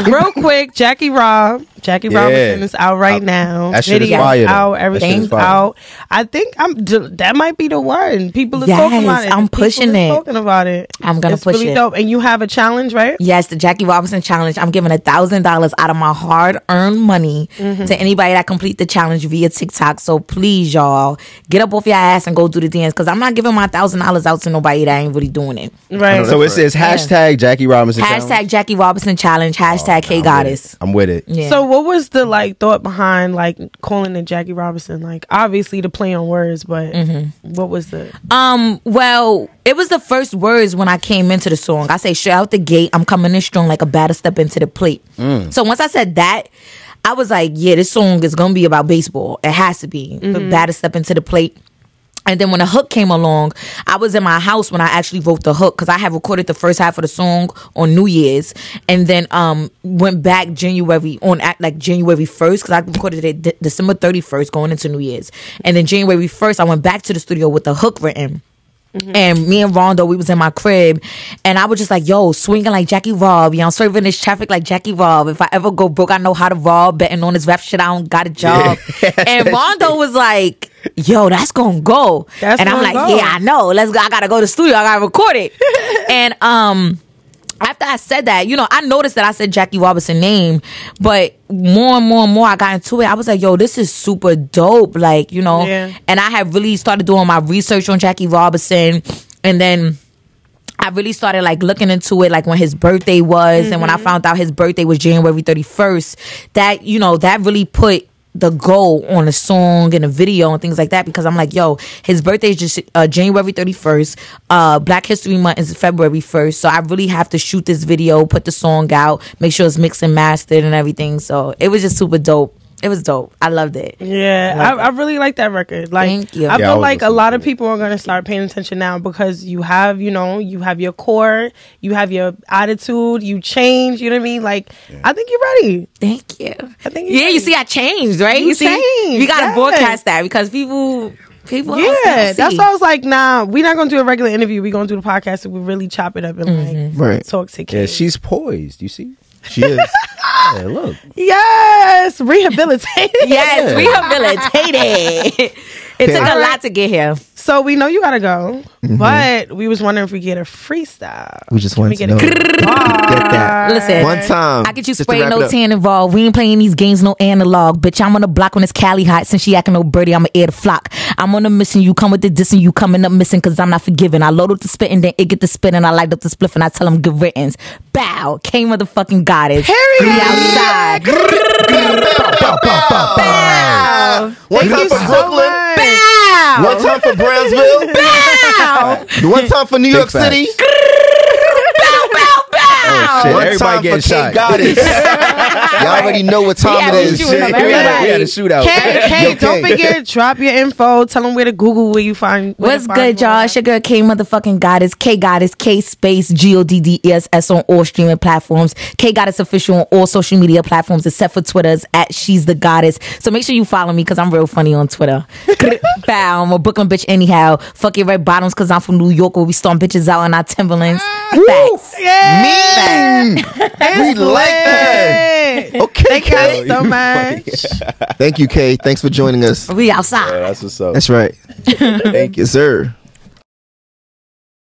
Speaker 2: real quick, Jackie Rob. Jackie
Speaker 1: Yeah.
Speaker 2: Robinson is out right now.
Speaker 1: that shit is
Speaker 2: Video's
Speaker 1: fire, though.
Speaker 2: out.
Speaker 1: That shit is
Speaker 2: Everything's
Speaker 1: fire.
Speaker 2: out. I think I'm. d- That might be the one. People are
Speaker 4: Yes,
Speaker 2: talking about it.
Speaker 4: I'm
Speaker 2: People
Speaker 4: pushing
Speaker 2: is
Speaker 4: it.
Speaker 2: Talking about it.
Speaker 4: I'm gonna
Speaker 2: It's
Speaker 4: push
Speaker 2: really
Speaker 4: it.
Speaker 2: Dope. And you have a challenge, right?
Speaker 4: Yes, the Jackie Robinson challenge. I'm giving a thousand dollars out of my hard-earned money
Speaker 1: Mm-hmm.
Speaker 4: to anybody that complete the challenge via TikTok. So please, y'all, get up off your ass and go do the dance because I'm not giving my thousand dollars out to nobody that ain't really doing it.
Speaker 2: Right.
Speaker 1: So it says hashtag Jackie Robinson.
Speaker 4: Hashtag
Speaker 1: challenge.
Speaker 4: Jackie Robinson challenge. Hashtag
Speaker 1: Oh,
Speaker 4: Hey Goddess.
Speaker 1: I'm with it.
Speaker 4: Yeah.
Speaker 2: So what was the like thought behind like calling it Jackie Robinson? Like obviously the play on words, but
Speaker 4: Mm-hmm.
Speaker 2: what was the
Speaker 4: Um, well, it was the first words when I came into the song. I say straight out the gate, I'm coming in strong like a batter step into the plate. So once I said that, I was like, yeah, this song is gonna be about baseball. It has to be the batter step into the plate. And then when the hook came along, I was in my house when I actually wrote the hook because I had recorded the first half of the song on New Year's, and then um went back January on at like January first because I recorded it De- December thirty first going into New Year's, and then January first I went back to the studio with the hook written.
Speaker 2: Mm-hmm.
Speaker 4: And me and Rondo, we was in my crib, and I was just like, "Yo, swinging like Jackie Rob, yo, I'm serving this traffic like Jackie Rob. If I ever go broke, I know how to rob. Betting on this rap shit, I don't got a job." and Rondo was like, "Yo, that's gonna go."
Speaker 2: That's
Speaker 4: and I'm
Speaker 2: gonna
Speaker 4: like,
Speaker 2: go.
Speaker 4: "Yeah, I know. Let's go. I gotta go to the studio. I gotta record it." and um, after I said that, you know, I noticed that I said Jackie Robinson name, but more and more and more I got into it. I was like, yo, this is super dope. Like, you know,
Speaker 2: Yeah.
Speaker 4: and I had really started doing my research on Jackie Robinson and then I really started like looking into it like when his birthday was and when I found out his birthday was January 31st that you know that really put the goal on a song and a video and things like that because I'm like yo his birthday is just uh, January 31st uh Black History Month is February 1st so I really have to shoot this video put the song out make sure it's mixed and mastered and everything so it was just super dope it was dope I loved it
Speaker 2: Yeah, I, I really like that record. Like,
Speaker 4: Thank
Speaker 2: I
Speaker 4: you. Yeah,
Speaker 1: I
Speaker 2: feel
Speaker 1: was
Speaker 2: like a
Speaker 1: listening
Speaker 2: lot
Speaker 1: to
Speaker 2: of people are gonna start paying attention now because you have, you know, you have your core, you have your attitude, you change. You know what I mean? Like, I think you're ready.
Speaker 4: Thank you.
Speaker 2: I think you
Speaker 4: yeah, you
Speaker 2: changed.
Speaker 4: see, I changed, right?
Speaker 2: You
Speaker 4: see,
Speaker 2: changed,
Speaker 4: we gotta
Speaker 2: yes.
Speaker 4: broadcast that because people, people. else
Speaker 2: Yeah,
Speaker 4: don't see.
Speaker 2: that's why I was like, nah, we're not gonna do a regular interview. We're gonna do the podcast and we really chop it up and
Speaker 4: Mm-hmm.
Speaker 2: like
Speaker 3: Right.
Speaker 2: talk to
Speaker 1: Yeah,
Speaker 2: kids.
Speaker 1: she's poised. You see?
Speaker 3: She is.
Speaker 1: Yeah, look.
Speaker 2: yes, rehabilitated.
Speaker 4: Yes, rehabilitated. it took a lot to get here.
Speaker 2: So we know you gotta go, but we was wondering if we get a freestyle.
Speaker 3: Mm-hmm. We just wanted
Speaker 2: Let me
Speaker 3: to
Speaker 2: get
Speaker 3: know.
Speaker 2: a-
Speaker 3: Get that.
Speaker 4: Listen,
Speaker 3: One time.
Speaker 4: I get you
Speaker 3: just to
Speaker 4: spraying
Speaker 3: wrap it
Speaker 4: no
Speaker 3: up.
Speaker 4: tan involved. We ain't playing these games, no analog. Bitch, I'm on the block when it's Cali hot. Since she acting no birdie, I'ma air the flock. I'm on a mission. You come with the dissing, you coming up missing, cause I'm not forgiving. I load up the spit and then it get the spit and I light up the spliff and I tell them good riddance. Bow. K motherfucking goddess.
Speaker 2: Period.
Speaker 4: We outside.
Speaker 3: Bow, bow, bow, bow. One time for Brooklyn.
Speaker 2: much.
Speaker 4: Bow.
Speaker 3: One time for Brownsville.
Speaker 4: Bow.
Speaker 3: One time for New York
Speaker 1: facts.
Speaker 3: City.
Speaker 4: bow, bow, bow. Wow.
Speaker 1: shit.
Speaker 4: One
Speaker 1: Everybody getting shot.
Speaker 3: Goddess. Y'all already know what time
Speaker 4: Yeah,
Speaker 3: it
Speaker 4: we
Speaker 3: is.
Speaker 4: shooting up
Speaker 1: We had a- we had a
Speaker 4: everybody.
Speaker 1: shootout.
Speaker 2: Kay, Kay,
Speaker 3: Yo,
Speaker 2: don't
Speaker 3: Kay.
Speaker 2: forget, drop your info. Tell them where to Google where you find. where
Speaker 4: What's
Speaker 2: to find
Speaker 4: good,
Speaker 2: you
Speaker 4: y'all?
Speaker 2: all.
Speaker 4: It's your girl K motherfucking goddess, K goddess, K space, G O D D E S S on all streaming platforms. K goddess official on all social media platforms except for Twitter's at she's the goddess. So make sure you follow me because I'm real funny on Twitter. Bow, I'm a Brooklyn bitch anyhow. Fuck your red bottoms because I'm from New York where we storm bitches out in our Timberlands. Facts.
Speaker 3: Mean. we like that.
Speaker 2: Hey,
Speaker 3: Okay,
Speaker 2: thank
Speaker 3: Kay.
Speaker 2: you so much.
Speaker 3: Thank you, Kay. Thanks for joining us.
Speaker 4: We outside.
Speaker 1: That's what's up.
Speaker 3: That's right. Thank you, sir.